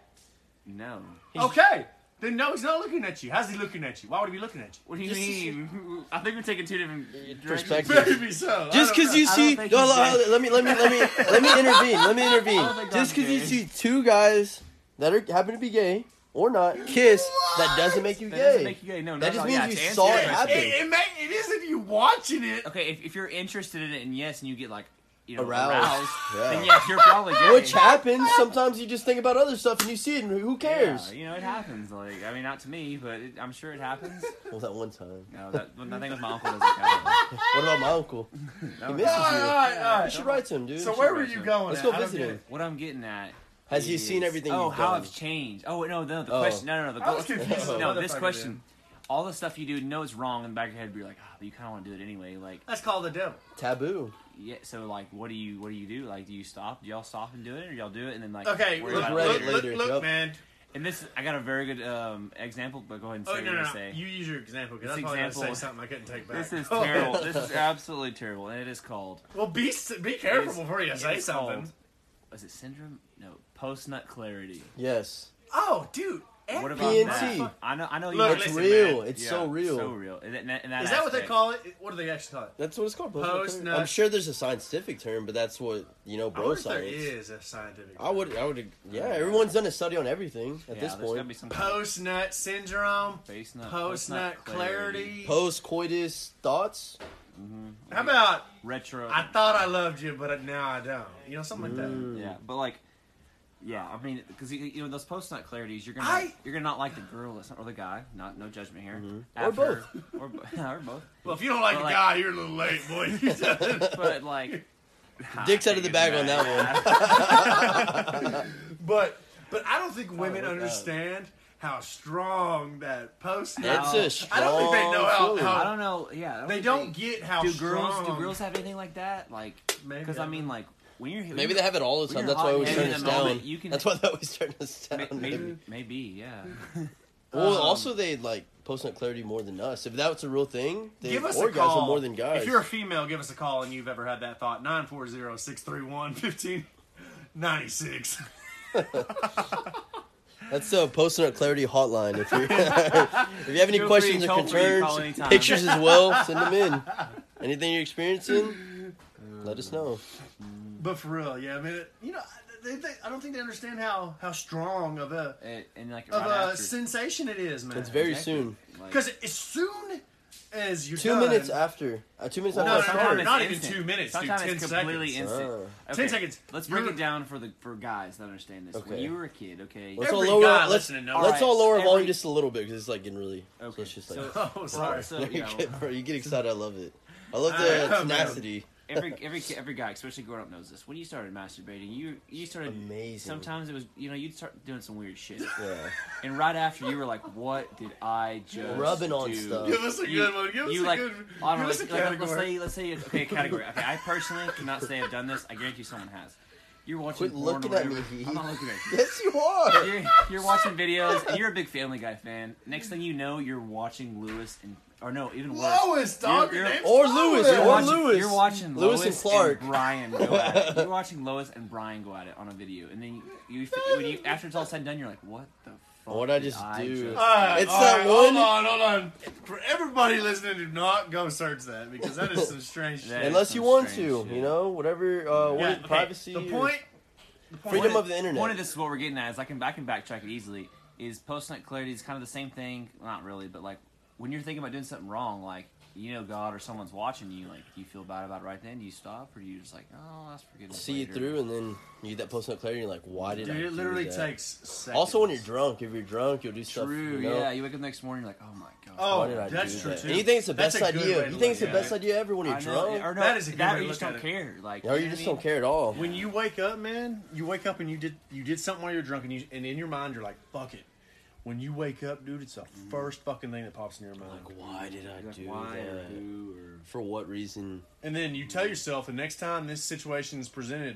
Speaker 3: No.
Speaker 2: okay. Then no, he's not looking at you. How's he looking at you? Why would he be looking at you?
Speaker 3: What do you
Speaker 1: Just-
Speaker 3: mean? I think we're taking two different directions.
Speaker 1: Perspective.
Speaker 2: Maybe so. I
Speaker 1: Just
Speaker 2: don't
Speaker 1: because
Speaker 2: know.
Speaker 1: you
Speaker 3: I don't
Speaker 1: see,
Speaker 3: think
Speaker 1: no,
Speaker 3: he's
Speaker 1: no,
Speaker 3: gay.
Speaker 1: let me, let me, let me, let me intervene. Let me
Speaker 3: don't
Speaker 1: intervene.
Speaker 3: think
Speaker 1: Just
Speaker 3: I'm
Speaker 1: because you
Speaker 3: gay.
Speaker 1: see two guys that are happen to be gay or not kiss, that doesn't make you
Speaker 3: That doesn't
Speaker 1: gay.
Speaker 3: make you gay. No,
Speaker 1: That
Speaker 3: no,
Speaker 1: just
Speaker 3: no, yeah,
Speaker 1: means
Speaker 3: to
Speaker 1: you
Speaker 3: answer
Speaker 1: saw
Speaker 3: your
Speaker 1: it
Speaker 3: question.
Speaker 1: happen.
Speaker 2: It, it, may, it is if you watching it.
Speaker 3: Okay, if, if you're interested in it and yes, and you get like you know
Speaker 1: Aroused.
Speaker 3: aroused,
Speaker 1: Yeah.
Speaker 3: then yes, you're probably gay.
Speaker 1: Which happens sometimes. You just think about other stuff and you see it, and who cares?
Speaker 3: Yeah, you know it happens. Like I mean, not to me, but it, I'm sure it happens.
Speaker 1: Well, that one time.
Speaker 3: No, that that thing with my uncle doesn't count.
Speaker 1: What about my uncle?
Speaker 3: That
Speaker 1: He
Speaker 3: was-
Speaker 1: misses
Speaker 2: All right,
Speaker 1: you.
Speaker 2: all right, all
Speaker 1: You
Speaker 2: right.
Speaker 1: should write to him, dude.
Speaker 2: So
Speaker 1: You
Speaker 2: where
Speaker 1: should
Speaker 2: were
Speaker 1: write to
Speaker 2: you
Speaker 1: him.
Speaker 2: going?
Speaker 1: Let's
Speaker 2: at?
Speaker 1: go
Speaker 2: I don't
Speaker 1: visit
Speaker 2: get
Speaker 1: him.
Speaker 2: it.
Speaker 3: What I'm getting at.
Speaker 1: Has he seen
Speaker 3: is-
Speaker 1: everything
Speaker 3: Oh,
Speaker 1: you've
Speaker 3: how
Speaker 1: done?
Speaker 3: I've changed. Oh no, no, the
Speaker 1: Oh.
Speaker 3: question. No, no, no. The
Speaker 2: I was
Speaker 3: question-
Speaker 2: confused as a
Speaker 3: No, this
Speaker 2: motherfucker,
Speaker 3: question.
Speaker 2: dude.
Speaker 3: All the stuff you do, you know it's wrong in the back of your head. But you're like, ah, but you kind of want to do it anyway. Like,
Speaker 2: That's called the devil.
Speaker 1: Taboo.
Speaker 3: yeah. So, like, what do you, what do you do? Like, do you stop? Do y'all stop and do it, or y'all do it and then like?
Speaker 2: Okay,
Speaker 3: worry
Speaker 2: look,
Speaker 3: about it
Speaker 1: Regret
Speaker 2: look,
Speaker 1: it
Speaker 2: look,
Speaker 1: later,
Speaker 2: look,
Speaker 1: yep.
Speaker 2: man.
Speaker 3: And this, I got a very good um, example, but go ahead and say
Speaker 2: Oh
Speaker 3: what
Speaker 2: no,
Speaker 3: you're
Speaker 2: no,
Speaker 3: gonna
Speaker 2: no.
Speaker 3: say.
Speaker 2: You use your example because I'm
Speaker 3: This
Speaker 2: probably going to say
Speaker 3: example-
Speaker 2: something I couldn't take back. Oh.
Speaker 3: This is terrible. this is absolutely terrible, and it is called.
Speaker 2: well, be s- be
Speaker 3: it is-
Speaker 2: careful before you
Speaker 3: it
Speaker 2: say
Speaker 3: is
Speaker 2: something.
Speaker 3: called- Was it syndrome? No, post nut clarity.
Speaker 1: Yes.
Speaker 2: Oh, dude.
Speaker 3: What about
Speaker 2: every-
Speaker 1: PNT.
Speaker 3: that? I know. I know.
Speaker 2: Look,
Speaker 3: you
Speaker 1: It's
Speaker 2: listen,
Speaker 1: real.
Speaker 2: man.
Speaker 1: It's
Speaker 3: Yeah,
Speaker 1: so real.
Speaker 3: So real. And that, and that
Speaker 2: Is that what they
Speaker 3: aspect.
Speaker 2: call it? What do they actually call it?
Speaker 1: That's what it's called.
Speaker 2: post-nut Post-nut clarity.
Speaker 1: I'm sure there's a scientific term, but that's what you know,
Speaker 2: I
Speaker 1: bro
Speaker 2: wonder if there
Speaker 1: science.
Speaker 2: is a scientific.
Speaker 1: I would, I would, yeah. Everyone's done a study on everything at
Speaker 3: Yeah,
Speaker 1: this
Speaker 3: there's gotta be
Speaker 1: point.
Speaker 3: some kind of
Speaker 2: Post nut syndrome.
Speaker 3: face nut-
Speaker 2: Post nut clarity.
Speaker 1: Post coitus thoughts.
Speaker 2: How about
Speaker 3: retro.
Speaker 2: I thought I loved you, but now I don't. You know, something like that.
Speaker 3: yeah, but like, yeah. I mean, because you, you know those post nut clarities, you're gonna
Speaker 2: I- Mm-hmm.
Speaker 3: you're gonna not like the girl that's not, or the guy. Not no judgment here.
Speaker 1: Or both.
Speaker 3: Or, bo- or both.
Speaker 2: Well, if you don't like
Speaker 3: But
Speaker 2: a
Speaker 3: like-
Speaker 2: guy, you're a little late, boy. You don't.
Speaker 3: But like,
Speaker 1: Dick's out of the bag on that one.
Speaker 2: but but I don't
Speaker 3: Oh,
Speaker 2: think women
Speaker 1: worked out.
Speaker 2: understand how strong that post
Speaker 1: It's
Speaker 2: nut.
Speaker 1: a
Speaker 2: I don't think they
Speaker 1: strong
Speaker 2: know how-
Speaker 1: feeling.
Speaker 2: how-
Speaker 3: I don't know. Yeah, I don't
Speaker 2: They
Speaker 3: think
Speaker 2: don't get how
Speaker 3: do girls
Speaker 2: strong.
Speaker 3: do girls have anything like that? Like,
Speaker 2: Maybe,
Speaker 3: because
Speaker 2: I
Speaker 3: I
Speaker 2: don't
Speaker 3: mean,
Speaker 2: know.
Speaker 3: like when you're
Speaker 1: Maybe they have it all the
Speaker 3: when
Speaker 1: time.
Speaker 3: you're
Speaker 1: That's why I
Speaker 3: hot
Speaker 1: always
Speaker 3: and
Speaker 1: turn
Speaker 3: in
Speaker 1: us
Speaker 3: the moment,
Speaker 1: down.
Speaker 3: you can-
Speaker 1: That's why they always turn us down.
Speaker 3: may-
Speaker 1: Maybe.
Speaker 3: maybe maybe yeah.
Speaker 1: Well,
Speaker 2: Um,
Speaker 1: also they like post nut clarity more than us. If that's a real thing, they
Speaker 2: Give us a
Speaker 1: orgasm
Speaker 2: call.
Speaker 1: more than guys.
Speaker 2: If you're a female, give us a call and you've ever had that thought. 940 631 1596.
Speaker 1: That's the post nut clarity hotline. If, you're, if you have any
Speaker 3: Feel free,
Speaker 1: questions or
Speaker 3: toll free, call
Speaker 1: concerns,
Speaker 3: anytime.
Speaker 1: pictures as well, send them in. Anything you're experiencing, let us know.
Speaker 2: But for real, yeah, I mean, it- you know, they, they, I don't think they understand how, how strong of a
Speaker 3: And, and like
Speaker 2: of uh,
Speaker 3: right
Speaker 2: a
Speaker 3: after,
Speaker 2: sensation it is, man.
Speaker 1: It's very
Speaker 3: Exactly.
Speaker 1: soon.
Speaker 3: like-
Speaker 2: because as soon as you're
Speaker 1: Two
Speaker 2: done,
Speaker 1: minutes after. Uh, two minutes
Speaker 2: Well,
Speaker 1: after. I
Speaker 2: no, no,
Speaker 1: started.
Speaker 2: no,
Speaker 3: Sometimes
Speaker 2: not
Speaker 3: it's
Speaker 2: even
Speaker 3: instant.
Speaker 2: two minutes, dude,
Speaker 3: Sometimes
Speaker 2: 10
Speaker 3: it's completely
Speaker 2: seconds.
Speaker 3: instant.
Speaker 1: Oh.
Speaker 3: Okay,
Speaker 2: 10 seconds.
Speaker 3: Let's break
Speaker 2: You're-
Speaker 3: it down for the for guys that understand this. When
Speaker 1: Okay.
Speaker 3: you were a kid, okay.
Speaker 1: Let's all
Speaker 2: Every
Speaker 1: lower.
Speaker 2: guy
Speaker 1: Let's,
Speaker 2: listening knows
Speaker 1: let's
Speaker 3: that.
Speaker 1: all lower
Speaker 3: Every-
Speaker 1: volume just a little bit because it's like getting really. Okay.
Speaker 3: Okay,
Speaker 1: So it's just like.
Speaker 3: so-
Speaker 2: Oh, sorry.
Speaker 3: So, yeah,
Speaker 1: you, get, bro, you get excited. I love it. I love
Speaker 2: I
Speaker 1: the
Speaker 2: know, man.
Speaker 1: tenacity.
Speaker 3: every every ki- every guy, especially growing up, knows this. When you started masturbating, you you started
Speaker 1: Amazing.
Speaker 3: Sometimes it was you know you'd start doing some weird shit,
Speaker 1: Yeah.
Speaker 3: and right after you were like, "What did I just
Speaker 1: Rubbing on
Speaker 3: do?"
Speaker 1: stuff.
Speaker 2: Give us a
Speaker 3: You-
Speaker 2: good one. Give us
Speaker 3: you
Speaker 2: a
Speaker 3: like,
Speaker 2: good.
Speaker 3: I don't
Speaker 2: give
Speaker 3: know,
Speaker 2: us
Speaker 3: like,
Speaker 2: a
Speaker 3: like, let's- let's
Speaker 2: category.
Speaker 3: say, let's say, it's- okay, a category. Okay, I personally cannot say I've done this. I guarantee someone has. You're watching
Speaker 1: Quit
Speaker 3: porn
Speaker 1: looking
Speaker 3: or
Speaker 1: at me.
Speaker 3: whatever- I'm not looking at you.
Speaker 1: Yes, you are.
Speaker 3: You're, you're watching videos, and you're a big Family Guy fan. Next thing you know, you're watching Lewis and, or no, even worse,
Speaker 2: Lois, dog.
Speaker 3: You're-
Speaker 2: your
Speaker 3: you're-
Speaker 2: name's
Speaker 1: Or Lewis.
Speaker 2: Lois.
Speaker 3: You're
Speaker 1: Or
Speaker 3: watching,
Speaker 1: Lewis.
Speaker 3: You're watching
Speaker 1: Lewis
Speaker 3: Lewis,
Speaker 1: and Clark.
Speaker 3: and Brian go at it. You're watching Lois and Brian go at it on a video, and then you, you, when you after it's all said and done, you're like, what the fuck?
Speaker 1: What'd I
Speaker 3: did
Speaker 1: just do? Ah,
Speaker 3: just
Speaker 2: All right,
Speaker 1: It's
Speaker 2: all
Speaker 1: that
Speaker 2: right,
Speaker 1: one-
Speaker 2: Hold on, hold on. For everybody listening, do not go search that because that is some strange shit.
Speaker 3: That is
Speaker 1: Unless
Speaker 3: some
Speaker 1: you want to,
Speaker 3: strange shit.
Speaker 1: you know, whatever. Uh, what
Speaker 2: Yeah,
Speaker 1: is
Speaker 2: okay,
Speaker 1: privacy?
Speaker 2: The
Speaker 1: or
Speaker 2: point. The point
Speaker 1: freedom
Speaker 2: is-
Speaker 1: of the internet.
Speaker 3: One of this is what we're getting at is I can I can backtrack it easily. Is post nut clarity is kind of the same thing, well, not really, but like when you're thinking about doing something wrong, like you know God or someone's watching you, like do you feel bad about it right then? Do you stop or do you just like oh that's forgiveness?
Speaker 1: see it
Speaker 3: later?
Speaker 1: through, and then you get that post nut clarity. And you're like, why did
Speaker 2: Dude,
Speaker 1: I?
Speaker 2: it
Speaker 1: do
Speaker 2: literally
Speaker 1: that?
Speaker 2: takes seconds.
Speaker 1: Also, when you're drunk, if you're drunk, you'll do stuff.
Speaker 3: True,
Speaker 1: you know?
Speaker 3: yeah. You wake up the next morning, you're like oh my god.
Speaker 2: Oh,
Speaker 1: Why did I
Speaker 2: that's
Speaker 1: do
Speaker 2: true
Speaker 1: that?
Speaker 2: too.
Speaker 1: And you think it's the
Speaker 2: That's
Speaker 1: best
Speaker 2: a good
Speaker 1: idea?
Speaker 2: way to
Speaker 1: You think it's the
Speaker 2: look at
Speaker 1: best
Speaker 2: it.
Speaker 1: idea ever when you're
Speaker 3: I know,
Speaker 1: drunk?
Speaker 3: or no,
Speaker 2: That is a good
Speaker 3: that
Speaker 2: way
Speaker 3: or
Speaker 2: to
Speaker 3: you just
Speaker 2: look
Speaker 3: don't
Speaker 2: at
Speaker 3: care. Like
Speaker 1: Or
Speaker 3: know
Speaker 1: you just
Speaker 3: what I
Speaker 1: don't care at all.
Speaker 2: When you wake up, man, you wake up and you did you did something while you're drunk, and you and in your mind you're like, "Fuck it." When you wake up, dude, it's the
Speaker 3: Mm.
Speaker 2: first fucking thing that pops in your mind.
Speaker 1: Like, why did I
Speaker 3: mean?
Speaker 1: do
Speaker 3: Like, why or
Speaker 1: that?
Speaker 3: who or-
Speaker 1: For what reason?
Speaker 2: And then you tell yourself the next time this situation is presented,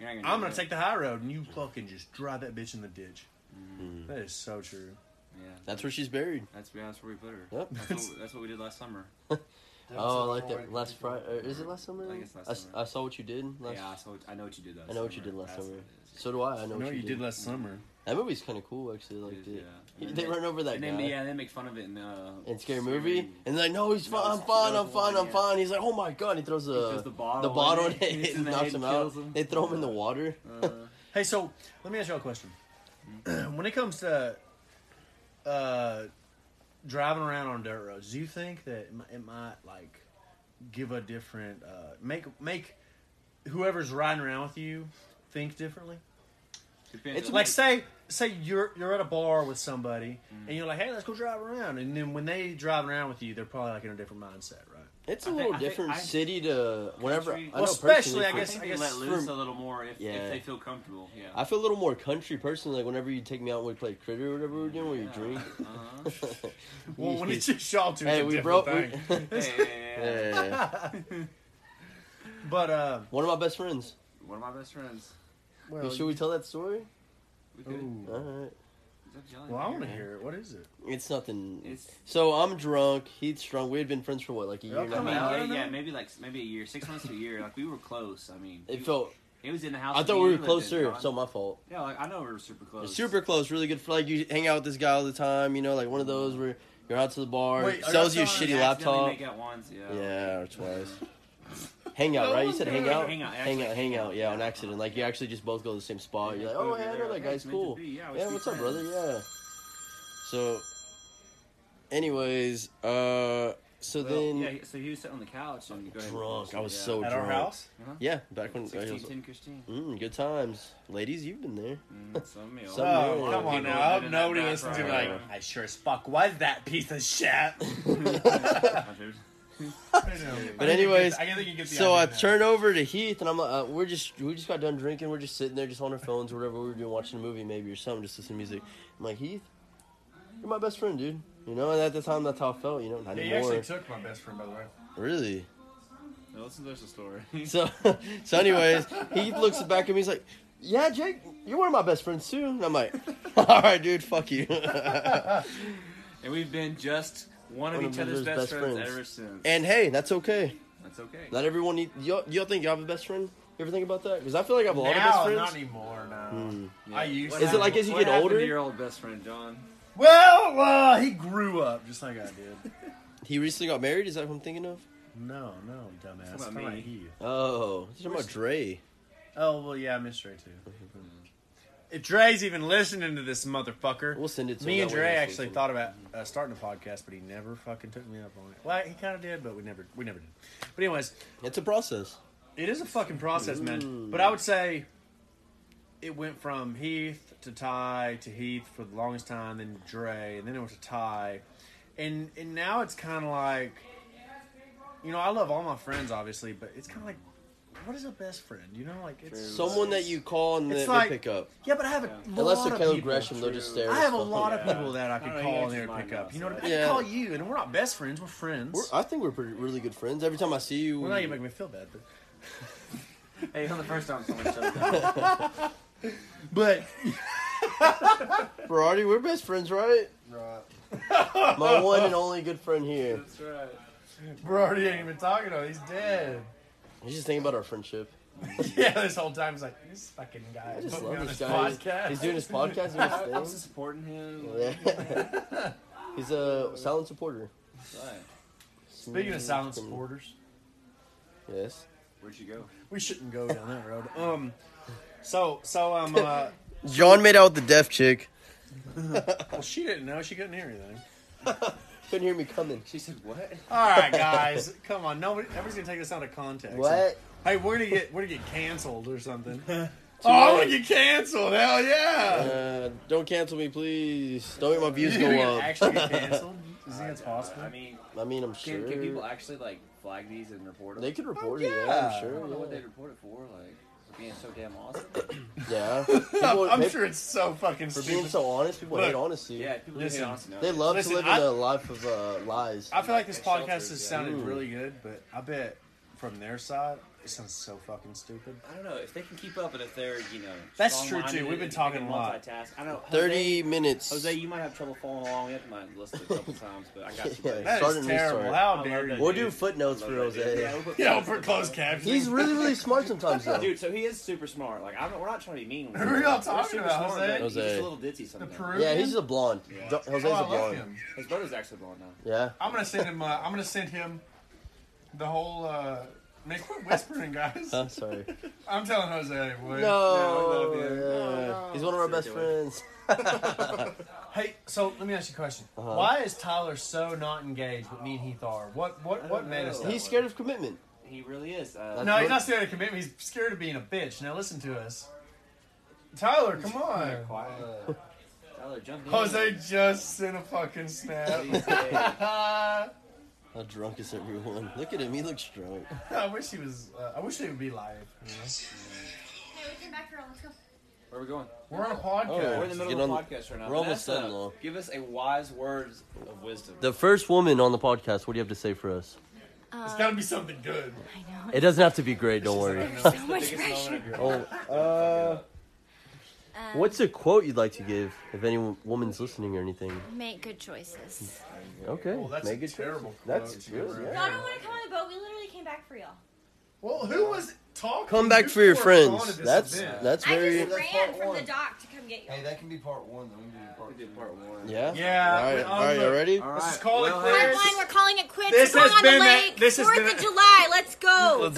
Speaker 3: You're not
Speaker 2: I'm
Speaker 3: do
Speaker 2: gonna
Speaker 3: it.
Speaker 2: take the high road, and you fucking just drive that bitch in the ditch.
Speaker 1: Mm-hmm.
Speaker 2: That is so true.
Speaker 3: Yeah,
Speaker 1: That's where she's buried.
Speaker 3: that's yeah, that's where we put her.
Speaker 1: Yep.
Speaker 3: That's, what, that's what we did last summer.
Speaker 1: Oh, I like that. Last Friday. Is it last summer?
Speaker 3: I guess last
Speaker 1: I s-
Speaker 3: summer.
Speaker 1: I saw what you did last.
Speaker 3: yeah, I, saw, I know what you did last.
Speaker 1: I know what you
Speaker 3: summer.
Speaker 1: did last
Speaker 3: That's
Speaker 1: summer.
Speaker 3: what it is.
Speaker 1: So do I. I know
Speaker 2: I know
Speaker 1: what you did.
Speaker 2: last summer.
Speaker 1: That movie's kind of cool, actually. I Liked
Speaker 3: It is,
Speaker 1: it.
Speaker 3: yeah.
Speaker 1: They run over that
Speaker 3: And
Speaker 1: guy.
Speaker 3: then, yeah, they make fun of it in uh,
Speaker 1: and scary movie, and they're like, "No, he's
Speaker 3: No,
Speaker 1: fine. I'm
Speaker 3: it's-
Speaker 1: fine.
Speaker 3: no,
Speaker 1: I'm
Speaker 3: it's
Speaker 1: fine.
Speaker 3: one,
Speaker 1: I'm
Speaker 3: yeah.
Speaker 1: fine." He's like, "Oh my god!" He throws the,
Speaker 3: throws the bottle in
Speaker 1: bottle
Speaker 3: it,
Speaker 1: in it,
Speaker 3: hits him
Speaker 1: and
Speaker 3: in the
Speaker 1: knocks
Speaker 3: head,
Speaker 1: him out.
Speaker 3: kills him.
Speaker 1: They throw him in the water.
Speaker 3: Uh,
Speaker 2: Hey, so let me ask y'all a question.
Speaker 1: Mm-hmm.
Speaker 2: when it comes to uh, driving around on dirt roads, do you think that it mi- it might like give a different uh, make make whoever's riding around with you think differently?
Speaker 3: depends
Speaker 1: It's
Speaker 3: on-
Speaker 2: Like say say you're you're at a bar with somebody
Speaker 1: Mm-hmm.
Speaker 2: and you're like, hey, let's go drive around, and then when they driving around with you, they're probably like in a different mindset, right?
Speaker 1: It's a
Speaker 3: I think-
Speaker 1: little
Speaker 3: I think
Speaker 1: different
Speaker 3: I-
Speaker 1: city to whenever.
Speaker 3: Country-
Speaker 1: I know
Speaker 2: Well, especially,
Speaker 1: personally,
Speaker 2: I
Speaker 1: for-
Speaker 3: I
Speaker 2: guess-
Speaker 3: think
Speaker 2: I
Speaker 3: they let
Speaker 2: guess
Speaker 3: loose
Speaker 1: for-
Speaker 3: a little more if,
Speaker 1: Yeah.
Speaker 3: if they feel comfortable. Yeah.
Speaker 1: I feel a little more country personally. Like whenever you take me out and we play critter or whatever we're doing, where you
Speaker 3: Yeah.
Speaker 1: drink.
Speaker 3: Uh-huh.
Speaker 2: Well, when it's just y'all two, it's
Speaker 1: hey,
Speaker 2: a
Speaker 1: we
Speaker 2: different
Speaker 1: broke. We,
Speaker 2: thing.
Speaker 3: Hey, yeah, yeah, yeah.
Speaker 1: Yeah.
Speaker 2: But uh,
Speaker 1: One of my best friends.
Speaker 3: One of my best friends.
Speaker 2: well,
Speaker 1: Should we tell that story?
Speaker 3: We could,
Speaker 2: Ooh.
Speaker 1: All right.
Speaker 3: Is that Johnny
Speaker 2: Well, I want to
Speaker 3: Depp?
Speaker 2: hear it. What is it?
Speaker 1: It's nothing.
Speaker 3: It's-
Speaker 1: so I'm drunk. He's drunk. We had been friends for what, like a year
Speaker 2: Y'all
Speaker 1: and
Speaker 3: I
Speaker 1: a
Speaker 2: come
Speaker 3: mean,
Speaker 1: half.
Speaker 2: out?
Speaker 3: yeah,
Speaker 2: don't know.
Speaker 3: yeah, maybe like maybe a year, six months to a year. Like we were close. I mean,
Speaker 1: It
Speaker 3: we-
Speaker 1: felt.
Speaker 3: It was in the house.
Speaker 1: I
Speaker 3: that
Speaker 1: thought we
Speaker 3: you
Speaker 1: were
Speaker 3: lived in,
Speaker 1: closer.
Speaker 3: John.
Speaker 1: So my fault.
Speaker 3: yeah, like I know we were super close.
Speaker 1: Super close, really good. For like you hang out with this guy all the time, you know, like one of those where you're out to the bar,
Speaker 2: Wait, are
Speaker 1: sells
Speaker 2: y'all
Speaker 1: you a
Speaker 2: talking-
Speaker 1: shitty
Speaker 3: I accidentally
Speaker 1: laptop.
Speaker 3: Make out once, yeah.
Speaker 1: Yeah, or twice. hang out, right? You said hang out,
Speaker 3: Hang out,
Speaker 1: hang out,
Speaker 3: actually.
Speaker 1: hang out. Yeah, on accident. Like you actually just both go to the same spot. You're like, oh, hey, I know that guy's cool.
Speaker 3: Yeah, we
Speaker 1: Yeah,
Speaker 3: should
Speaker 1: what's
Speaker 3: be
Speaker 1: up, brother?
Speaker 3: friends.
Speaker 1: Yeah. So, anyways, uh, so
Speaker 3: Well,
Speaker 1: then
Speaker 3: yeah, so he was sitting on the couch and go ahead and
Speaker 1: drunk.
Speaker 3: finish it,
Speaker 1: I was
Speaker 3: yeah.
Speaker 1: so
Speaker 2: At
Speaker 1: drunk.
Speaker 2: our house?
Speaker 1: Yeah, back when.
Speaker 3: 16, 10, Christine.
Speaker 1: Mm, good times, ladies. You've been there.
Speaker 3: Mm, some meal.
Speaker 1: Some- Oh,
Speaker 3: come on now. I've nobody listened to, like,
Speaker 2: I sure as fuck was that piece of shit.
Speaker 1: But anyways,
Speaker 2: I think you get the
Speaker 1: So I
Speaker 2: idea now.
Speaker 1: turn over to Heath, and I'm like, uh, "We're just we just got done drinking. We're just sitting there, just on our phones, or whatever we were doing, watching a movie, maybe or something, just listening to music." I'm like, "Heath, you're my best friend, dude. You know." And at the time, that's how I felt. You know, not
Speaker 2: Yeah, you
Speaker 1: anymore.
Speaker 2: actually took my best friend, by the way.
Speaker 1: really.
Speaker 3: Now, listen, there's a story.
Speaker 1: So, so anyways, Heath looks back at me. He's like, "Yeah, Jake, you're one of my best friends too." And I'm like, "All right, dude, fuck you."
Speaker 3: and we've been just one of
Speaker 1: One of
Speaker 3: each other's best, friends,
Speaker 1: friends.
Speaker 3: ever since.
Speaker 1: and hey, that's okay.
Speaker 3: That's okay.
Speaker 1: Not everyone need y'all. Y'all think you have a best friend? You ever think about that? Because I feel like I have a lot
Speaker 2: now,
Speaker 1: of best friends.
Speaker 2: not
Speaker 1: Hmm.
Speaker 2: anymore. No.
Speaker 3: Yeah.
Speaker 2: I used
Speaker 3: What
Speaker 2: to.
Speaker 1: Is it like as you
Speaker 3: what
Speaker 1: get
Speaker 3: happened to
Speaker 1: older?
Speaker 3: your old best friend, John?
Speaker 2: Well, uh, he grew up just like I did.
Speaker 1: He recently got married. Is that what I'm thinking of?
Speaker 2: No, no, dumbass.
Speaker 3: It's about
Speaker 2: It's not
Speaker 3: me.
Speaker 2: he.
Speaker 1: Oh, you're talking about Dre.
Speaker 2: Oh well, yeah, I missed Dre too. If Dre's even listening to this motherfucker,
Speaker 1: We'll send it to
Speaker 2: me
Speaker 1: him.
Speaker 2: and
Speaker 1: That way
Speaker 2: Dre
Speaker 1: he'll
Speaker 2: actually
Speaker 1: listen.
Speaker 2: thought about uh, starting a podcast, but he never fucking took me up on it. Well, he kind of did, but we never, we never did. But anyways,
Speaker 1: It's a process.
Speaker 2: It is a fucking process, man. But I would say it went from Heath to Ty to Heath for the longest time, then Dre, and then it was to Ty, and and now it's kind of like you know, I love all my friends, obviously, but it's kind of like, what is a best friend? You know, like it's
Speaker 5: True.
Speaker 1: Someone that you call and
Speaker 2: It's
Speaker 1: they,
Speaker 2: like-
Speaker 1: they pick up.
Speaker 2: yeah, but I have a
Speaker 3: Yeah.
Speaker 1: Unless
Speaker 2: lot
Speaker 1: they're
Speaker 2: of
Speaker 1: Caleb
Speaker 2: people.
Speaker 1: Gresham, they'll just stare.
Speaker 2: I
Speaker 1: as
Speaker 2: have a
Speaker 1: fuck.
Speaker 2: lot of
Speaker 3: Yeah.
Speaker 2: people that I
Speaker 3: I
Speaker 2: could
Speaker 3: don't know, you
Speaker 2: call
Speaker 3: guys
Speaker 2: in there
Speaker 3: just
Speaker 2: and pick
Speaker 3: mind
Speaker 2: up. You know, what I mean?
Speaker 1: yourself.
Speaker 2: I can call
Speaker 1: Yeah.
Speaker 2: you, and we're not best friends. We're friends.
Speaker 1: We're, I think we're pretty, really good friends. Every time I see you,
Speaker 2: well, now
Speaker 1: we-
Speaker 2: you make me feel bad, but
Speaker 3: Hey, you're the first time someone showed up.
Speaker 2: but
Speaker 1: Ferrari, we're best friends, right?
Speaker 5: Right.
Speaker 1: My one and only good friend here.
Speaker 3: That's right.
Speaker 2: Brody ain't even talking to him. He's dead.
Speaker 1: He's just thinking about our friendship.
Speaker 2: yeah, this whole time he's like, this fucking guy.
Speaker 1: I just
Speaker 2: put me
Speaker 1: love
Speaker 2: on
Speaker 1: this guy. He's-
Speaker 2: podcast.
Speaker 1: He's doing his podcast, doing
Speaker 3: I'm
Speaker 1: his
Speaker 3: just supporting him.
Speaker 1: thing. Yeah. He's a silent supporter.
Speaker 3: That's right.
Speaker 2: Speaking of silent supporters,
Speaker 1: Yes.
Speaker 3: Where'd you go?
Speaker 2: we shouldn't go down that road. Um, so so um, uh,
Speaker 1: John made out with the deaf chick.
Speaker 2: well, she didn't know. She couldn't hear anything.
Speaker 1: Couldn't hear me coming.
Speaker 3: She said, "What?"
Speaker 2: All right, guys, come on. Nobody, everybody's gonna take this out of context.
Speaker 1: What?
Speaker 2: Hey, we're gonna get we're gonna get canceled or something. oh, I'm gonna get canceled. Hell yeah.
Speaker 1: Uh, don't cancel me, please. Don't make my views
Speaker 2: You
Speaker 1: go
Speaker 2: gonna
Speaker 1: up.
Speaker 2: Actually, get canceled? Do you think that's possible?
Speaker 3: I mean,
Speaker 1: I mean, I'm
Speaker 3: can,
Speaker 1: sure.
Speaker 3: can people actually like flag these and report them?
Speaker 1: They could report
Speaker 2: Oh,
Speaker 1: it, yeah,
Speaker 2: yeah.
Speaker 1: I'm
Speaker 3: I don't know
Speaker 1: sure.
Speaker 3: what they report it for. Like for being so damn awesome.
Speaker 1: Yeah.
Speaker 2: I'm,
Speaker 1: People-
Speaker 2: I'm
Speaker 1: they-
Speaker 2: sure it's so fucking
Speaker 1: For being
Speaker 2: stupid.
Speaker 1: so honest, people
Speaker 2: Look,
Speaker 1: hate honesty.
Speaker 3: yeah, people just
Speaker 2: Listen,
Speaker 3: hate honesty.
Speaker 1: They love
Speaker 2: Listen,
Speaker 1: to live
Speaker 2: I-
Speaker 1: in a life of uh, lies.
Speaker 2: I feel like this
Speaker 5: It
Speaker 2: podcast
Speaker 5: shelters,
Speaker 2: has
Speaker 5: yeah.
Speaker 2: sounded
Speaker 1: Ooh.
Speaker 2: really good, but I bet from their side, it sounds so fucking stupid.
Speaker 3: I don't know if they can keep up, and if they're you know.
Speaker 2: That's true,
Speaker 3: strong-minded
Speaker 2: too. We've been
Speaker 3: and if they can
Speaker 2: talking a lot.
Speaker 3: multitask. I know. Jose-
Speaker 1: 30 minutes.
Speaker 3: Jose, you might have trouble following along. You have to list it a couple times, but I got you.
Speaker 1: Yeah.
Speaker 3: buddy.
Speaker 2: That
Speaker 1: Start a
Speaker 2: is
Speaker 1: new
Speaker 2: terrible.
Speaker 1: story.
Speaker 3: I
Speaker 2: How
Speaker 3: love
Speaker 2: dare
Speaker 3: that
Speaker 2: you?
Speaker 1: we'll do footnotes for
Speaker 3: Love that dude. Yeah,
Speaker 1: Jose.
Speaker 3: we'll put-
Speaker 2: You know, for closed captioning.
Speaker 1: He's really, really smart sometimes, though.
Speaker 3: Dude, so he is super smart. Like, I'm, we're not trying to be mean.
Speaker 2: Who are y'all talking
Speaker 3: super
Speaker 2: about,
Speaker 3: smart,
Speaker 2: Jose?
Speaker 3: but He's just
Speaker 1: Jose.
Speaker 3: a little ditzy sometimes.
Speaker 2: Peru-
Speaker 1: Yeah, he's a blonde.
Speaker 3: Yeah.
Speaker 1: Jo- Jose's
Speaker 2: Oh, I
Speaker 1: a
Speaker 2: love
Speaker 1: blonde.
Speaker 2: him.
Speaker 3: His brother's actually blonde now.
Speaker 1: Yeah.
Speaker 2: I'm gonna send him. Uh, I'm gonna send him the whole. Uh, man, quit whispering, guys.
Speaker 1: Huh, sorry.
Speaker 2: I'm telling Jose.
Speaker 1: No.
Speaker 2: Boy.
Speaker 1: no,
Speaker 2: we love you.
Speaker 1: He's one of our
Speaker 3: That's
Speaker 1: best
Speaker 3: your killer.
Speaker 1: friends.
Speaker 2: Hey, so let me ask you a question.
Speaker 1: Uh-huh.
Speaker 2: Why is Tyler so not engaged with me and Heath are? What
Speaker 3: I
Speaker 2: what
Speaker 3: don't
Speaker 2: what made
Speaker 3: know.
Speaker 2: us? That
Speaker 1: He's
Speaker 2: way?
Speaker 1: scared of commitment.
Speaker 3: He really is. Uh,
Speaker 2: No, he's not scared of commitment. He's scared of being a bitch. Now listen to us. Tyler, come on.
Speaker 5: Uh,
Speaker 3: Tyler, jump in.
Speaker 2: Jose just sent a fucking snap.
Speaker 3: Please, hey.
Speaker 1: How drunk is everyone? Look at him. He looks drunk.
Speaker 2: I wish he was. Uh, I wish they would be live. You know?
Speaker 6: Hey, we came back here. Let's go.
Speaker 3: Where are we going?
Speaker 2: We're on a podcast.
Speaker 1: Oh, yeah.
Speaker 3: We're in the middle
Speaker 1: Get
Speaker 3: of a
Speaker 1: on-
Speaker 3: podcast right now.
Speaker 1: we're almost
Speaker 3: Vanessa,
Speaker 1: done, though.
Speaker 3: Give us a wise words of wisdom.
Speaker 1: The first woman on the podcast, what do you have to say for us?
Speaker 2: It's got to be something good.
Speaker 6: Uh, I know.
Speaker 1: It doesn't have to be great, don't worry.
Speaker 6: It's so much pressure.
Speaker 1: Oh,
Speaker 6: Um,
Speaker 1: what's a quote you'd like to give if any woman's listening or anything?
Speaker 6: Make good choices.
Speaker 1: Okay.
Speaker 2: Well, Oh, that's
Speaker 1: Make
Speaker 2: a
Speaker 1: it
Speaker 2: terrible.
Speaker 1: That's
Speaker 2: quote.
Speaker 1: good, yeah.
Speaker 6: Y'all don't want to come on the boat. We literally came back for y'all.
Speaker 2: Well, who was talking?
Speaker 1: Come back
Speaker 2: You
Speaker 1: for your
Speaker 2: four gone at
Speaker 1: friends.
Speaker 2: this
Speaker 1: That's
Speaker 2: event.
Speaker 1: that's
Speaker 6: I
Speaker 1: very
Speaker 6: just
Speaker 5: That's
Speaker 6: ran
Speaker 5: part
Speaker 6: from
Speaker 5: one.
Speaker 6: the dock to come get y'all.
Speaker 5: hey, that can be part one. Then we can do part
Speaker 3: We
Speaker 5: two.
Speaker 3: did part one.
Speaker 1: yeah.
Speaker 2: Yeah,
Speaker 1: All right.
Speaker 2: um,
Speaker 1: All right. You
Speaker 2: look-
Speaker 1: ready?
Speaker 3: All
Speaker 2: This
Speaker 3: right.
Speaker 2: is Call It
Speaker 3: Well,
Speaker 2: Quits.
Speaker 6: We're calling it quits.
Speaker 2: This
Speaker 6: We're going
Speaker 2: has
Speaker 6: on the
Speaker 2: been a-
Speaker 6: lake.
Speaker 2: this has
Speaker 6: Fourth
Speaker 2: been
Speaker 6: of
Speaker 2: a-
Speaker 6: July. Let's go.